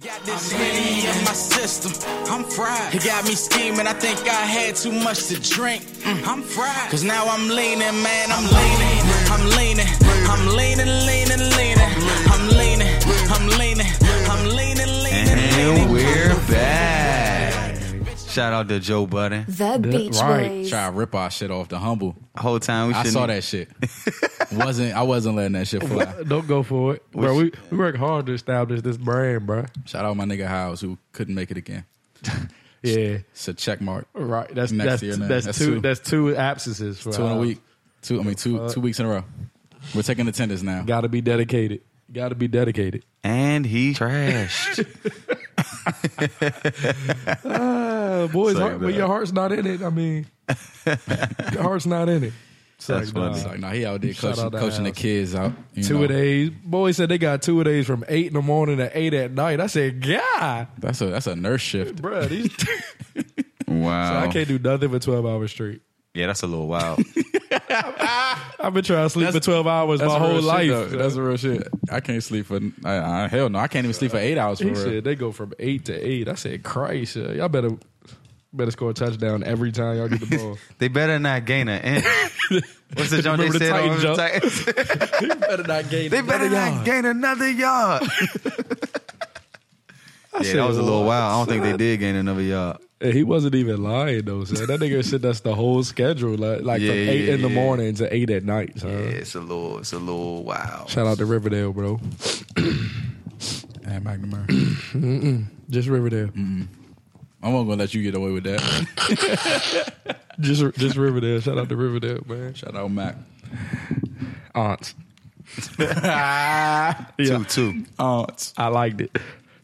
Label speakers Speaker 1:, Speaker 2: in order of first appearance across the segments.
Speaker 1: Got this Henny in my system. I'm fried. It got me scheming. I think I had too much to drink. Mm, I'm fried. Cause now I'm leaning, man. I'm leaning. I'm leaning. I'm leaning, leaning, leaning. I'm leaning. I'm leaning. I'm leaning, leaning,
Speaker 2: And
Speaker 1: leaning.
Speaker 2: we're back. Shout out to Joe Budden.
Speaker 3: The Beach
Speaker 4: right.
Speaker 3: Boys.
Speaker 5: Try to rip our shit off the humble.
Speaker 2: Whole time we
Speaker 5: I
Speaker 2: shouldn't-
Speaker 5: saw that shit. wasn't I wasn't letting that shit fly.
Speaker 4: Don't go for it, bro. We, we work hard to establish this brand, bro.
Speaker 5: Shout out my nigga House who couldn't make it again.
Speaker 4: Yeah,
Speaker 5: It's a check mark.
Speaker 4: right. That's
Speaker 5: Next
Speaker 4: that's
Speaker 5: year, man.
Speaker 4: that's,
Speaker 5: That's
Speaker 4: two,
Speaker 5: two.
Speaker 4: that's two absences. For
Speaker 5: Two in a
Speaker 4: uh,
Speaker 5: week. Two I mean two two weeks in a row. We're taking attendance now.
Speaker 4: Got to be dedicated. Got to be dedicated.
Speaker 2: And he trashed.
Speaker 4: Uh, boys,
Speaker 2: Sorry,
Speaker 4: heart, but
Speaker 2: bro.
Speaker 4: your heart's not in it. I mean, your heart's not in it. It's
Speaker 2: That's
Speaker 4: like, nah.
Speaker 2: funny.
Speaker 5: So now he out there
Speaker 4: Shout
Speaker 5: coaching,
Speaker 4: out to
Speaker 5: coaching the
Speaker 4: House.
Speaker 5: kids out. you
Speaker 4: Two
Speaker 5: know.
Speaker 4: a days. Boy said they got two a days from eight in the morning to eight at night. I said, God,
Speaker 5: That's a that's a nurse shift.
Speaker 4: bro, these,
Speaker 2: Wow.
Speaker 4: I can't do nothing for twelve hours straight.
Speaker 2: Yeah, that's a little wild.
Speaker 4: I've been trying to sleep for twelve hours my whole life. so.
Speaker 5: that's real shit. I can't sleep for I, I, hell no. I can't even sleep for eight hours for
Speaker 4: He
Speaker 5: real.
Speaker 4: said they go from eight to eight. I said, Christ, uh, y'all better better score a touchdown every time y'all get the ball.
Speaker 2: they better not gain an inch. What's the joint they
Speaker 4: Remember the
Speaker 2: said on
Speaker 4: Titan
Speaker 2: Titan-
Speaker 4: better not gain.
Speaker 2: They better not gain another yard. yeah,
Speaker 4: said,
Speaker 2: that was a little
Speaker 4: "What,
Speaker 2: wild. I don't think they did gain another yard.
Speaker 4: he wasn't even lying though. Son. That nigga said that's the whole schedule, like, like
Speaker 2: Yeah,
Speaker 4: from eight
Speaker 2: yeah,
Speaker 4: in the
Speaker 2: yeah.
Speaker 4: morning to eight at night. Son.
Speaker 2: Yeah, it's a little, it's a little wild.
Speaker 4: Shout out to Riverdale, bro.
Speaker 5: Hey, McNamara.
Speaker 4: Just Riverdale.
Speaker 2: Mm-hmm.
Speaker 5: I'm not gonna let you get away with that.
Speaker 4: Just just Riverdale. Shout out to Riverdale, man.
Speaker 5: Shout out Mac.
Speaker 4: Aunts.
Speaker 2: Two two.
Speaker 5: Aunts.
Speaker 4: I liked it.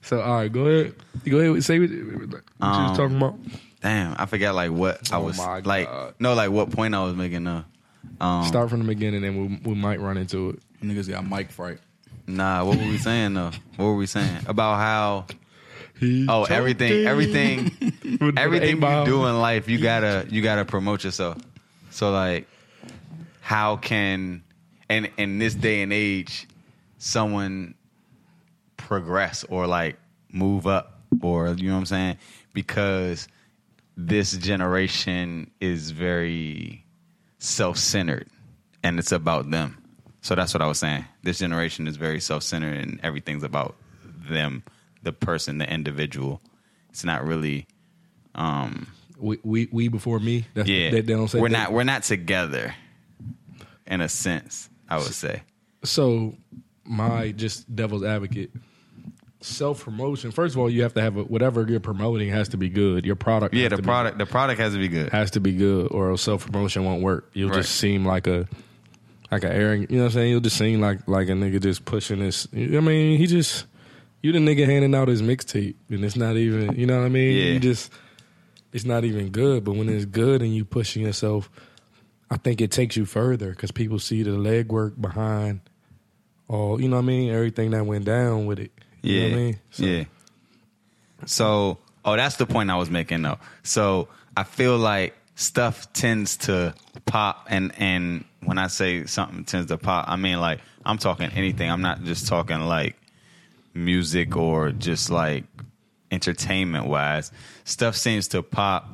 Speaker 4: So all right, go ahead. Go ahead. Say what, what you was
Speaker 2: Um,
Speaker 4: talking about.
Speaker 2: Damn, I forgot like what I was
Speaker 4: my
Speaker 2: like.
Speaker 4: God.
Speaker 2: No, like what point I was making. Uh, um,
Speaker 4: Start from the beginning, and we we might run into it.
Speaker 5: Niggas got mic fright.
Speaker 2: Nah, what were we saying though? What were we saying about how?
Speaker 4: He
Speaker 2: Oh, everything,
Speaker 4: choking.
Speaker 2: everything,
Speaker 4: With the eight
Speaker 2: everything you
Speaker 4: ball.
Speaker 2: do in life, you gotta you gotta promote yourself. So like, how can and in this day and age, someone progress or like move up or you know what I'm saying? Because this generation is very self centered and it's about them. So that's what I was saying. This generation is very self centered and everything's about them, the person, the individual. It's not really
Speaker 4: we we, we before me. That's,
Speaker 2: yeah.
Speaker 4: they, they don't say
Speaker 2: we're
Speaker 4: that.
Speaker 2: not we're not together in a sense, I would say.
Speaker 4: So my just devil's advocate. Self promotion. First of all, you have to have a, whatever you're promoting has to be good. Your product,
Speaker 2: Yeah,
Speaker 4: has
Speaker 2: the
Speaker 4: to be-
Speaker 2: product the product has to be good.
Speaker 4: has to be good, or self promotion won't work. You'll
Speaker 2: Right.
Speaker 4: just seem like a like a arrogant. You know what I'm saying? You'll just seem like like a nigga just pushing this. I mean, he just you the nigga handing out his mixtape, and it's not even. You know what I mean?
Speaker 2: Yeah.
Speaker 4: You just it's not even good. But when it's good and you pushing yourself, I think it takes you further because people see the legwork behind all. You know what I mean? Everything that went down with it. You
Speaker 2: Yeah.
Speaker 4: know what I mean? So,
Speaker 2: yeah. So, oh, that's the point I was making though. So, I feel like stuff tends to pop and and when I say something tends to pop, I mean like I'm talking anything. I'm not just talking like music or just like entertainment wise. Stuff seems to pop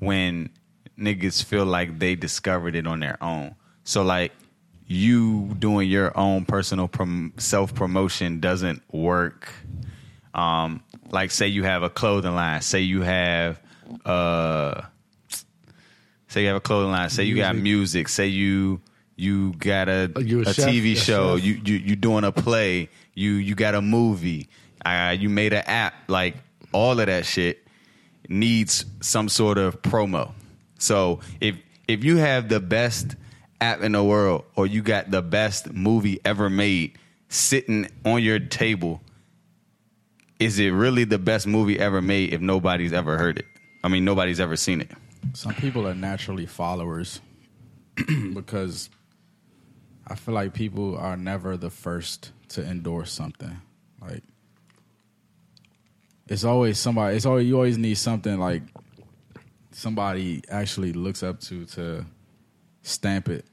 Speaker 2: when niggas feel like they discovered it on their own. So like you doing your own personal prom- self promotion doesn't work um, like say you have a clothing line, say you have uh, say you have a clothing line, say you got music, say you you got a, a,
Speaker 4: you're a chef,
Speaker 2: TV
Speaker 4: a
Speaker 2: show,
Speaker 4: chef.
Speaker 2: you you you doing a play, you you got a movie, uh, you made an app, like all of that shit needs some sort of promo. So if if you have the best app in the world or you got the best movie ever made sitting on your table is it really the best movie ever made if nobody's ever heard it? I mean, nobody's ever seen it.
Speaker 5: Some people are naturally followers because I feel like people are never the first to endorse something. Like it's always somebody. It's always you always need something like somebody actually looks up to to stamp it.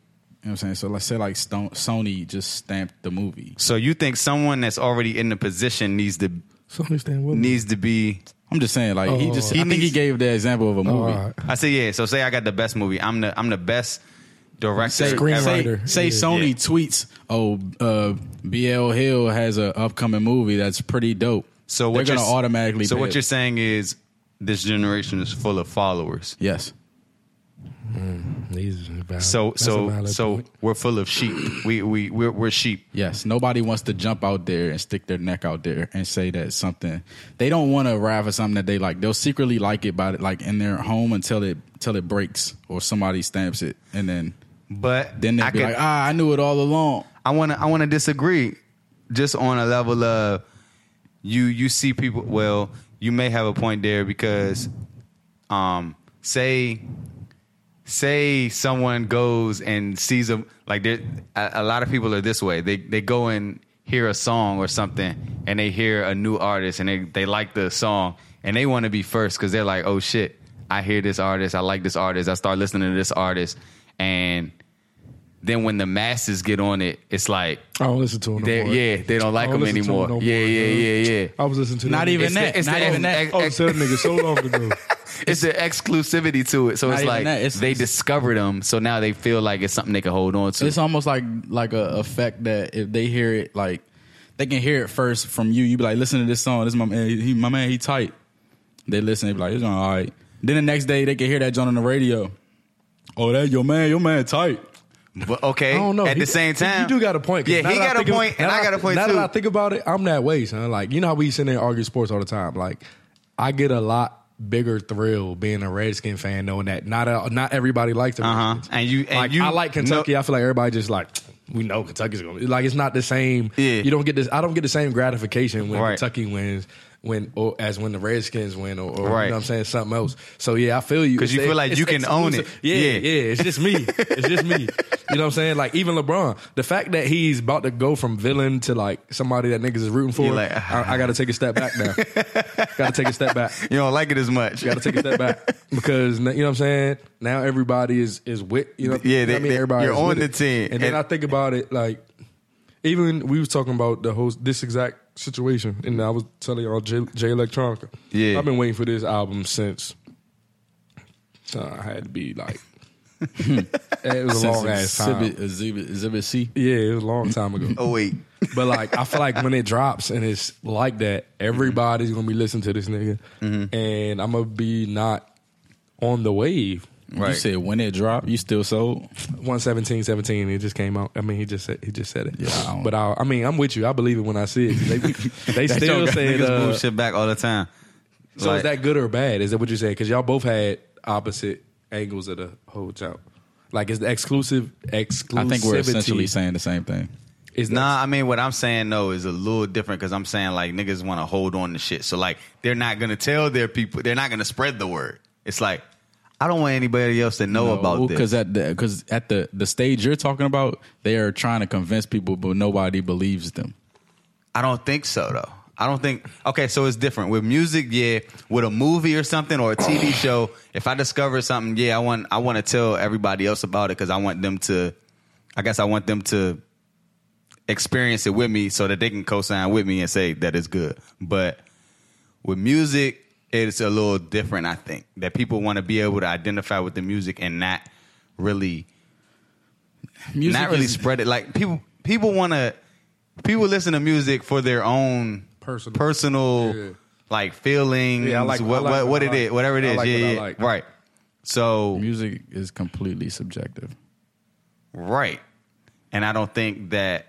Speaker 5: You know what I'm saying? So let's say like Stone, Sony just stamped the movie.
Speaker 2: So you think someone that's already in the position needs to
Speaker 4: So understand what?
Speaker 2: needs to be.
Speaker 5: I'm just saying, like he
Speaker 4: Oh.
Speaker 5: just.
Speaker 4: He
Speaker 5: I think he
Speaker 2: needs-
Speaker 5: gave the example of a
Speaker 4: all
Speaker 5: movie.
Speaker 4: right.
Speaker 2: I say yeah. So say I got the best movie. I'm the I'm the best director.
Speaker 5: Say,
Speaker 2: ever.
Speaker 5: say,
Speaker 4: Screenwriter.
Speaker 5: say
Speaker 4: Yeah.
Speaker 5: Sony tweets, oh, uh, BL Hill has an upcoming movie that's pretty dope.
Speaker 2: So what you're
Speaker 5: they're gonna
Speaker 2: s-
Speaker 5: automatically.
Speaker 2: So
Speaker 5: pay
Speaker 2: what
Speaker 5: it.
Speaker 2: you're saying is this generation is full of followers.
Speaker 5: Yes.
Speaker 4: These are valid-
Speaker 2: So
Speaker 4: that's a
Speaker 2: so
Speaker 4: valid
Speaker 2: so
Speaker 4: point.
Speaker 2: we're full of sheep. We we we're, we're sheep.
Speaker 5: Yes, nobody wants to jump out there and stick their neck out there and say that something they don't want to arrive at something that they like. They'll secretly like it by like in their home until it until it breaks or somebody stamps it, and then
Speaker 2: But
Speaker 5: then they'll
Speaker 2: I
Speaker 5: be
Speaker 2: could-
Speaker 5: like, ah, I knew it all along.
Speaker 2: I want to I want to disagree just on a level of you you see people well you may have a point there because um say say someone goes and sees a like there a, a lot of people are this way they they go and hear a song or something and they hear a new artist and they they like the song and they want to be first cuz they're like oh shit I hear this artist I like this artist I start listening to this artist and then when the masses get on it it's like
Speaker 4: I don't listen to him.
Speaker 2: they-
Speaker 4: No more.
Speaker 2: yeah, they don't like
Speaker 4: I
Speaker 2: him
Speaker 4: don't listen to
Speaker 2: anymore.
Speaker 4: no
Speaker 2: Yeah,
Speaker 4: more,
Speaker 2: yeah,
Speaker 4: dude.
Speaker 2: yeah, yeah.
Speaker 4: I was listening to
Speaker 5: Not
Speaker 4: them.
Speaker 5: even
Speaker 2: It's
Speaker 5: that.
Speaker 2: the- it's
Speaker 5: not
Speaker 2: the-
Speaker 5: even that.
Speaker 2: ex- oh,
Speaker 4: I was telling niggas so long ago.
Speaker 2: it's the exclusivity to it. So
Speaker 5: Not
Speaker 2: it's
Speaker 5: even
Speaker 2: like
Speaker 5: that, it's-
Speaker 2: they
Speaker 5: it's-
Speaker 2: discovered them, so now they feel like it's something they can hold on to.
Speaker 5: It's almost like like a effect that if they hear it, like they can hear it first from you. You be like, listen to this song. This is my man. He, my man. He tight. They listen. They be like, it's all right. Then the next day they can hear that joint on the radio. Oh, that your man. Your man tight.
Speaker 2: but okay,
Speaker 4: I don't know.
Speaker 2: at
Speaker 4: He-
Speaker 2: the same
Speaker 4: he-
Speaker 2: time,
Speaker 4: you do got a point. 'cause
Speaker 2: Yeah,
Speaker 4: now
Speaker 2: he
Speaker 4: that I
Speaker 2: got a
Speaker 4: think of-
Speaker 2: point, and
Speaker 4: now
Speaker 2: I
Speaker 4: that
Speaker 2: got a point
Speaker 4: Now
Speaker 2: too.
Speaker 4: that I think about it, I'm that way, son. Like you know how we sit there and argue sports all the time. Like I get a lot bigger thrill being a Redskin fan knowing that not a, not everybody likes the
Speaker 2: Uh-huh.
Speaker 4: Redskins.
Speaker 2: And you- and
Speaker 4: like,
Speaker 2: you
Speaker 4: I like Kentucky. I feel like everybody just like we know Kentucky's gonna like it's not the same.
Speaker 2: Yeah.
Speaker 4: You don't get this. I don't get the same gratification when
Speaker 2: Right.
Speaker 4: Kentucky wins. When or as when the Redskins win, or, or
Speaker 2: Right.
Speaker 4: you know what I'm saying something else. So yeah, I feel you
Speaker 2: 'Cause you
Speaker 4: It's-
Speaker 2: feel like
Speaker 4: it's
Speaker 2: you can own it.
Speaker 4: exclusive. Yeah,
Speaker 2: Yeah.
Speaker 4: yeah, yeah, it's just me. It's just me. You know what I'm saying? Like even LeBron, the fact that he's about to go from villain to like somebody that niggas is rooting for,
Speaker 2: You're like,
Speaker 4: I, I got to take a step back now. got to take a step back.
Speaker 2: you don't like it as much.
Speaker 4: Got to take a step back because you know what I'm saying. Now everybody is is with you know.
Speaker 2: Yeah,
Speaker 4: you know
Speaker 2: they-
Speaker 4: what I mean
Speaker 2: they-
Speaker 4: everybody
Speaker 2: you're
Speaker 4: is
Speaker 2: on
Speaker 4: with
Speaker 2: the
Speaker 4: it.
Speaker 2: team.
Speaker 4: And, then
Speaker 2: And-
Speaker 4: I think about it like even we was talking about the whole this exact situation, and I was telling y'all J, J Electronica.
Speaker 2: Yeah.
Speaker 4: I've been waiting for this album since uh, I had to be like. it was a long ass time.
Speaker 5: Exhibit, exhibit, exhibit C.
Speaker 4: Yeah, it was a long time ago.
Speaker 2: oh wait,
Speaker 4: But like, I feel like when it drops and it's like that, everybody's gonna be listening to this nigga,
Speaker 2: Mm-hmm.
Speaker 4: and I'm gonna be not on the wave.
Speaker 5: You
Speaker 2: Right.
Speaker 5: said when it dropped, you still sold.
Speaker 4: 117, 17, it just came out. I mean, he just said he just said it.
Speaker 5: Yeah, I don't-
Speaker 4: but I, I mean, I'm with you. I believe it when I see it. They, they
Speaker 5: That
Speaker 4: still
Speaker 5: joke got
Speaker 4: said.
Speaker 2: niggas
Speaker 4: Uh,
Speaker 2: move shit back all the time.
Speaker 4: so is
Speaker 2: Like-
Speaker 4: that good or bad? Is that what you said? Because y'all both had opposite angles of the whole job. Like, is the exclusive exclusivity?
Speaker 5: I think we're essentially saying the same thing.
Speaker 4: is
Speaker 2: Nah, I mean what I'm saying though is a little different because I'm saying like niggas want to hold on to shit. So like they're not gonna tell their people. They're not gonna spread the word. It's like I don't want anybody else to know about this.
Speaker 5: because at the because at the the stage you're talking about, they are trying to convince people, but nobody believes them.
Speaker 2: I don't think so though. I don't think okay, so it's different. With music, yeah. With a movie or something or a TV show, if I discover something, yeah, I want I want to tell everybody else about it cuz I want them to I guess I want them to experience it with me so that they can co-sign with me and say that it's good. But with music, it's a little different, I think. That people want to be able to identify with the music and not really
Speaker 5: Music
Speaker 2: not really
Speaker 5: is-
Speaker 2: spread it. Like people, people want to, people listen to music for their own
Speaker 4: Personal.
Speaker 2: personal,
Speaker 4: Yeah.
Speaker 2: like feelings.
Speaker 4: Yeah, I like-
Speaker 2: what
Speaker 4: I like
Speaker 2: what,
Speaker 4: what
Speaker 2: what
Speaker 4: I
Speaker 2: it
Speaker 4: like.
Speaker 2: is, whatever it
Speaker 4: I
Speaker 2: is.
Speaker 4: like
Speaker 2: yeah,
Speaker 4: what I
Speaker 2: yeah.
Speaker 4: like.
Speaker 2: right. So
Speaker 5: music is completely subjective.
Speaker 2: right, and I don't think that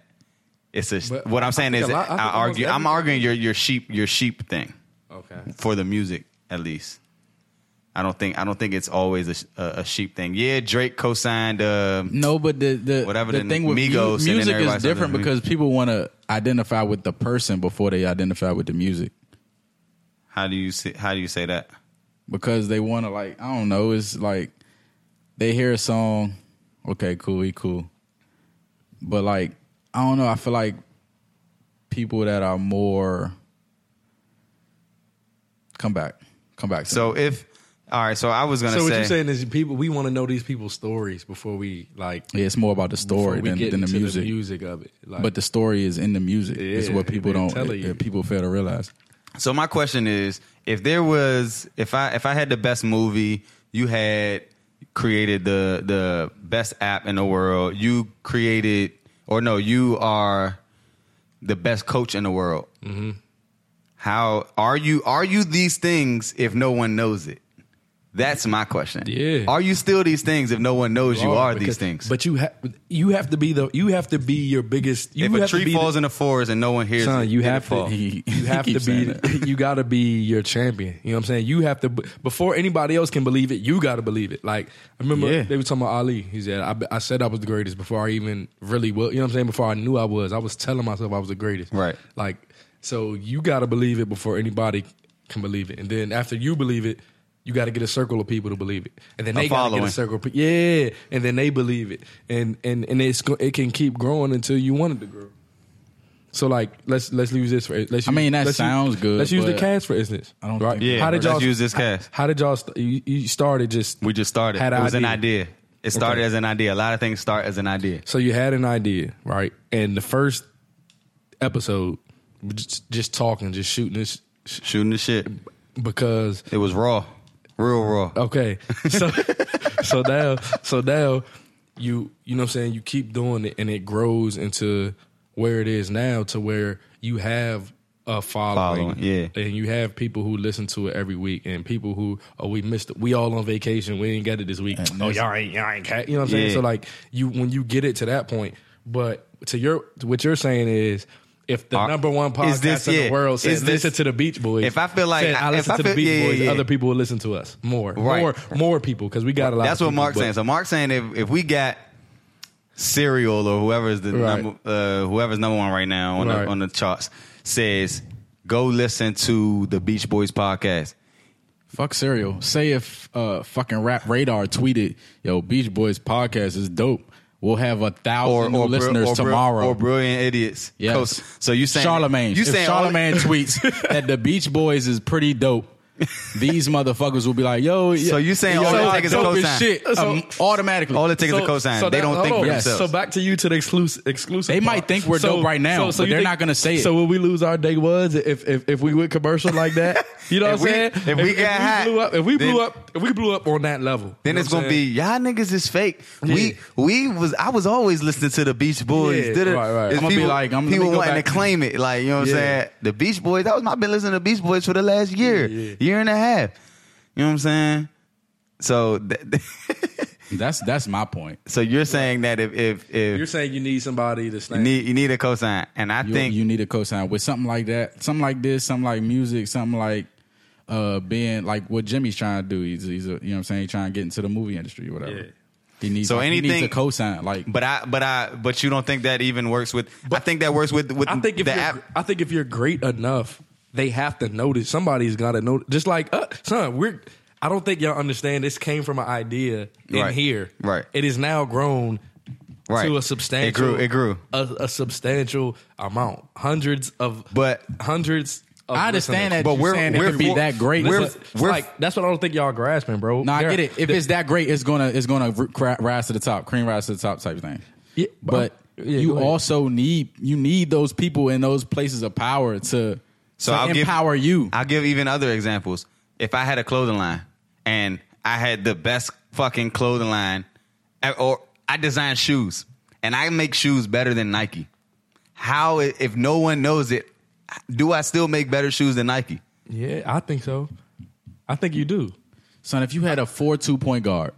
Speaker 2: it's a.
Speaker 4: But
Speaker 2: what
Speaker 4: I
Speaker 2: I'm saying
Speaker 4: think
Speaker 2: is,
Speaker 4: a lot- I
Speaker 2: I,
Speaker 4: think almost
Speaker 2: argue. I'm
Speaker 4: every-
Speaker 2: arguing your your sheep your sheep thing
Speaker 4: okay.
Speaker 2: for the music at least. I don't think I don't think it's always a, sh- a, a sheep thing. Yeah, Drake co-signed. Uh,
Speaker 5: No, but the the
Speaker 2: Whatever
Speaker 5: the
Speaker 2: the
Speaker 5: thing with mu-
Speaker 2: Migos and then
Speaker 5: music is
Speaker 2: everybody's
Speaker 5: different
Speaker 2: other-
Speaker 5: because people want to identify with the person before they identify with the music
Speaker 2: how do you say, how do you say that?
Speaker 5: because they want to like I don't know. It's like they hear a song, okay, cool, he cool, but like I don't know. I feel like people that are more come back, come back. to
Speaker 2: So if all right, so I was gonna
Speaker 4: So what
Speaker 2: say
Speaker 4: you're saying is people we want to know these people's stories before we like
Speaker 5: Yeah, it's more about the
Speaker 4: before
Speaker 5: story
Speaker 4: we
Speaker 5: than,
Speaker 4: get
Speaker 5: than the
Speaker 4: into
Speaker 5: music.
Speaker 4: music of it. Like,
Speaker 5: But the story is in the music. it's
Speaker 4: Yeah,
Speaker 5: what people
Speaker 4: they
Speaker 5: don't.
Speaker 4: tell you.
Speaker 5: uh, people fail to realize.
Speaker 2: So my question is, if there was, if I if I had the best movie, you had created the the best app in the world, you created, or no, you are the best coach in the world.
Speaker 4: Mm-hmm.
Speaker 2: How are you? Are you these things if no one knows it? That's my question.
Speaker 4: Yeah.
Speaker 2: Are you still these things if no one knows you are these
Speaker 4: Because-
Speaker 2: things?
Speaker 4: But you have you have to be the you have to be your biggest. You
Speaker 2: if
Speaker 4: have
Speaker 2: a
Speaker 4: to be
Speaker 2: tree
Speaker 4: the-
Speaker 2: falls in the forest and no one hears
Speaker 4: Son,
Speaker 2: it,
Speaker 4: you
Speaker 2: did it
Speaker 4: have
Speaker 2: fall?
Speaker 4: to.
Speaker 5: He- he
Speaker 4: You have to
Speaker 5: keeps saying
Speaker 4: be. You got to be your champion. You know what I'm saying? You have to before anybody else can believe it. You got to believe it. Like I remember
Speaker 5: Yeah.
Speaker 4: they were talking about Ali. He said, I, I said I was the greatest before I even really was." You know what I'm saying? Before I knew I was, I was telling myself I was the greatest.
Speaker 2: Right.
Speaker 4: Like so, you got to believe it before anybody can believe it, and then after you believe it. You got to get a circle of people to believe it, and then
Speaker 2: A
Speaker 4: they got to get
Speaker 2: following.
Speaker 4: a circle. Of, pe- yeah, and then they believe it, and and and it's go- it can keep growing until you want it to grow. So like let's let's use this for let's use,
Speaker 5: I mean, that
Speaker 4: let's
Speaker 5: sounds
Speaker 4: use,
Speaker 5: good,
Speaker 4: Let's use the
Speaker 5: but
Speaker 4: cast for instance.
Speaker 5: I don't think-
Speaker 2: Yeah,
Speaker 4: how did
Speaker 2: let's
Speaker 4: y'all
Speaker 2: use this cast.
Speaker 4: How, did y'all? St- you, you started just
Speaker 2: We just started.
Speaker 4: Had
Speaker 2: it
Speaker 4: an
Speaker 2: was an
Speaker 4: idea.
Speaker 2: idea. It started
Speaker 4: Okay.
Speaker 2: as an idea. A lot of things start as an idea.
Speaker 4: so you had an idea right, and the first episode was just, just talking, just shooting this sh-
Speaker 2: Shooting the shit.
Speaker 4: because
Speaker 2: It was raw, real raw.
Speaker 4: okay, so so now so now you you know what I'm saying you keep doing it and it grows into where it is now to where you have a following,
Speaker 2: Following, yeah.
Speaker 4: and you have people who listen to it every week, and people who oh we missed it, we all on vacation, we ain't got it this week.
Speaker 5: And
Speaker 4: oh
Speaker 5: that's-
Speaker 4: y'all ain't y'all ain't ca-. you know what I'm saying?
Speaker 2: Yeah.
Speaker 4: So like you when you get it to that point, but to your what you're saying is. If the
Speaker 2: Are-
Speaker 4: number one
Speaker 2: Uh, is
Speaker 4: podcast
Speaker 2: this-
Speaker 4: in
Speaker 2: yeah,
Speaker 4: the world says
Speaker 2: is this-
Speaker 4: listen to the Beach Boys,
Speaker 2: If I feel like-
Speaker 4: said, I
Speaker 2: if
Speaker 4: listen
Speaker 2: I
Speaker 4: to the
Speaker 2: feel-
Speaker 4: Beach
Speaker 2: yeah,
Speaker 4: Boys,
Speaker 2: yeah.
Speaker 4: other people will listen to us more,
Speaker 2: Right.
Speaker 4: more, more people because we got a lot.
Speaker 2: That's
Speaker 4: of
Speaker 2: what
Speaker 4: people,
Speaker 2: Mark's
Speaker 4: but-
Speaker 2: saying. So Mark's saying if, if we got cereal or whoever's the
Speaker 4: Right.
Speaker 2: number, uh, whoever's number one right now on
Speaker 4: Right.
Speaker 2: the on the charts says go listen to the Beach Boys podcast.
Speaker 5: Fuck cereal. Say if uh, fucking Rap Radar tweeted, "Yo, Beach Boys podcast is dope. We'll have a
Speaker 2: Or,
Speaker 5: thousand
Speaker 2: or,
Speaker 5: Oh, new listeners
Speaker 2: br- or, br-
Speaker 5: tomorrow."
Speaker 2: or brilliant idiots.
Speaker 5: Yes.
Speaker 2: Coast. So you saying
Speaker 5: Charlemagne?
Speaker 2: You
Speaker 5: if
Speaker 2: saying all-
Speaker 5: Charlemagne tweets that the Beach Boys is pretty dope? These motherfuckers will be like, "Yo,
Speaker 2: So you saying all
Speaker 5: y'all
Speaker 2: it
Speaker 5: are
Speaker 2: takes is
Speaker 5: dope as
Speaker 2: cosign.
Speaker 5: shit um, automatically?
Speaker 2: all it takes is a
Speaker 4: So-
Speaker 2: cosign.
Speaker 4: so
Speaker 2: they
Speaker 4: that-
Speaker 2: don't think
Speaker 4: hold
Speaker 2: for
Speaker 4: on.
Speaker 2: themselves.
Speaker 4: So back to you to the exclusive. exclusive
Speaker 5: They
Speaker 4: part.
Speaker 5: might think we're dope right now, but
Speaker 4: you
Speaker 5: they're
Speaker 4: think-
Speaker 5: not gonna say it.
Speaker 4: So will we lose our day was if if, if we went commercial like that? You know what I'm
Speaker 2: If we-
Speaker 4: saying?
Speaker 2: if we got hot,
Speaker 4: blew up, if we
Speaker 2: then-
Speaker 4: blew up, if we blew up on that level,
Speaker 2: Then
Speaker 4: you
Speaker 2: it's
Speaker 4: know what
Speaker 2: gonna
Speaker 4: I'm
Speaker 2: be y'all niggas is fake. We we was I was always listening to the Beach Boys.
Speaker 4: Yeah,
Speaker 2: Did it-
Speaker 4: right, right.
Speaker 2: it's
Speaker 5: I'ma be
Speaker 2: people,
Speaker 5: like, I'm- let
Speaker 2: people
Speaker 5: me go
Speaker 2: wanting to
Speaker 5: back-
Speaker 2: claim it. Like you know what
Speaker 4: Yeah.
Speaker 2: I'm saying? The Beach Boys. That was my been listening to Beach Boys for the last year,
Speaker 4: Yeah.
Speaker 2: year and a half. You know what I'm saying? So th-
Speaker 5: That's that's my point.
Speaker 2: so you're saying that if if if
Speaker 4: You're
Speaker 2: you
Speaker 4: saying you need somebody to stand.
Speaker 2: need you need a cosign, and I
Speaker 5: You,
Speaker 2: think
Speaker 5: you need a cosign with something like that, something like this, something like music, something like uh, being like what Jimmy's trying to do. He's, he's a, you know what I'm saying, he's trying to get into the movie industry or whatever.
Speaker 4: Yeah.
Speaker 5: He needs
Speaker 2: So
Speaker 5: he needs
Speaker 2: anything-
Speaker 5: a cosign like
Speaker 2: but I but I but you don't think that even works with. I think that works with with
Speaker 4: I think if
Speaker 2: the
Speaker 4: you're,
Speaker 2: app.
Speaker 4: I think if you're great enough, they have to notice. Somebody's got to notice. Just like, uh, son, we're. I don't think y'all understand. This came from an idea in
Speaker 2: Right.
Speaker 4: here.
Speaker 2: Right.
Speaker 4: It is now grown
Speaker 2: Right.
Speaker 4: to a
Speaker 2: It
Speaker 4: substantial.
Speaker 2: grew- it grew.
Speaker 4: A, a substantial amount. Hundreds of.
Speaker 2: But-
Speaker 4: hundreds. Of
Speaker 5: I understand
Speaker 4: listeners.
Speaker 5: that
Speaker 2: But
Speaker 5: you're
Speaker 2: we're-
Speaker 5: saying it
Speaker 2: we're
Speaker 5: could be
Speaker 2: for-
Speaker 5: that great.
Speaker 2: we're-
Speaker 5: but-
Speaker 4: It's like that's what I don't think y'all grasping, bro.
Speaker 5: No, I
Speaker 4: There-
Speaker 5: get it. If it's that great, it's gonna it's gonna r- cra- rise to the top, cream rise to the top type thing.
Speaker 4: Yeah,
Speaker 5: but
Speaker 4: but- yeah, go
Speaker 5: you
Speaker 4: ahead.
Speaker 5: also need you need those people in those places of power to
Speaker 2: So
Speaker 5: to
Speaker 2: I'll give-
Speaker 5: empower you.
Speaker 2: I'll give even other examples. If I had a clothing line and I had the best fucking clothing line, eh, or I design shoes and I make shoes better than Nike, how if no one knows it, do I still make better shoes than Nike?
Speaker 4: Yeah, I think so. I think you do.
Speaker 5: Son, if you had a four two point guard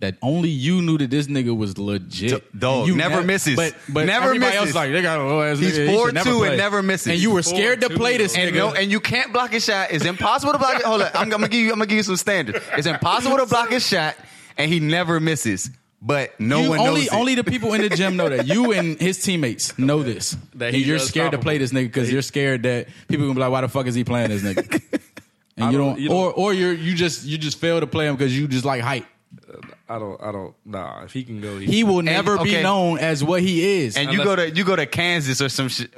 Speaker 5: that only you knew that this nigga was legit,
Speaker 2: D- dog,
Speaker 5: you
Speaker 2: never
Speaker 5: nev-
Speaker 2: misses.
Speaker 5: But, but
Speaker 2: Never
Speaker 5: everybody
Speaker 2: misses.
Speaker 5: else like they got a little ass
Speaker 2: He's
Speaker 5: nigga, he should
Speaker 2: 4'2" and
Speaker 5: play.
Speaker 2: never misses.
Speaker 5: and you were
Speaker 2: He's
Speaker 5: scared to
Speaker 4: 4'2",
Speaker 5: play this
Speaker 4: though.
Speaker 5: nigga.
Speaker 2: And no, and you can't block a shot. It's impossible to block it. Hold on, I'm, I'm gonna give you. I'm gonna give you some standards. It's impossible to block a shot, and he never misses. But no
Speaker 5: You
Speaker 2: one
Speaker 5: only
Speaker 2: knows it.
Speaker 5: only the people in the gym know that. You and his teammates know this.
Speaker 4: That
Speaker 5: and
Speaker 4: he's
Speaker 5: you're scared to play this nigga because you're scared that people gonna be like, "Why the fuck is he playing this nigga?" And you
Speaker 4: don't-
Speaker 5: don't,
Speaker 4: you don't-
Speaker 5: or or you you just you just fail to play him because you just like hype.
Speaker 4: I don't. I don't. Nah, if he can go,
Speaker 5: He will never
Speaker 2: okay.
Speaker 5: be known as what he is.
Speaker 2: And
Speaker 5: And
Speaker 2: you go
Speaker 4: Unless-
Speaker 2: to you go to Kansas or some shit.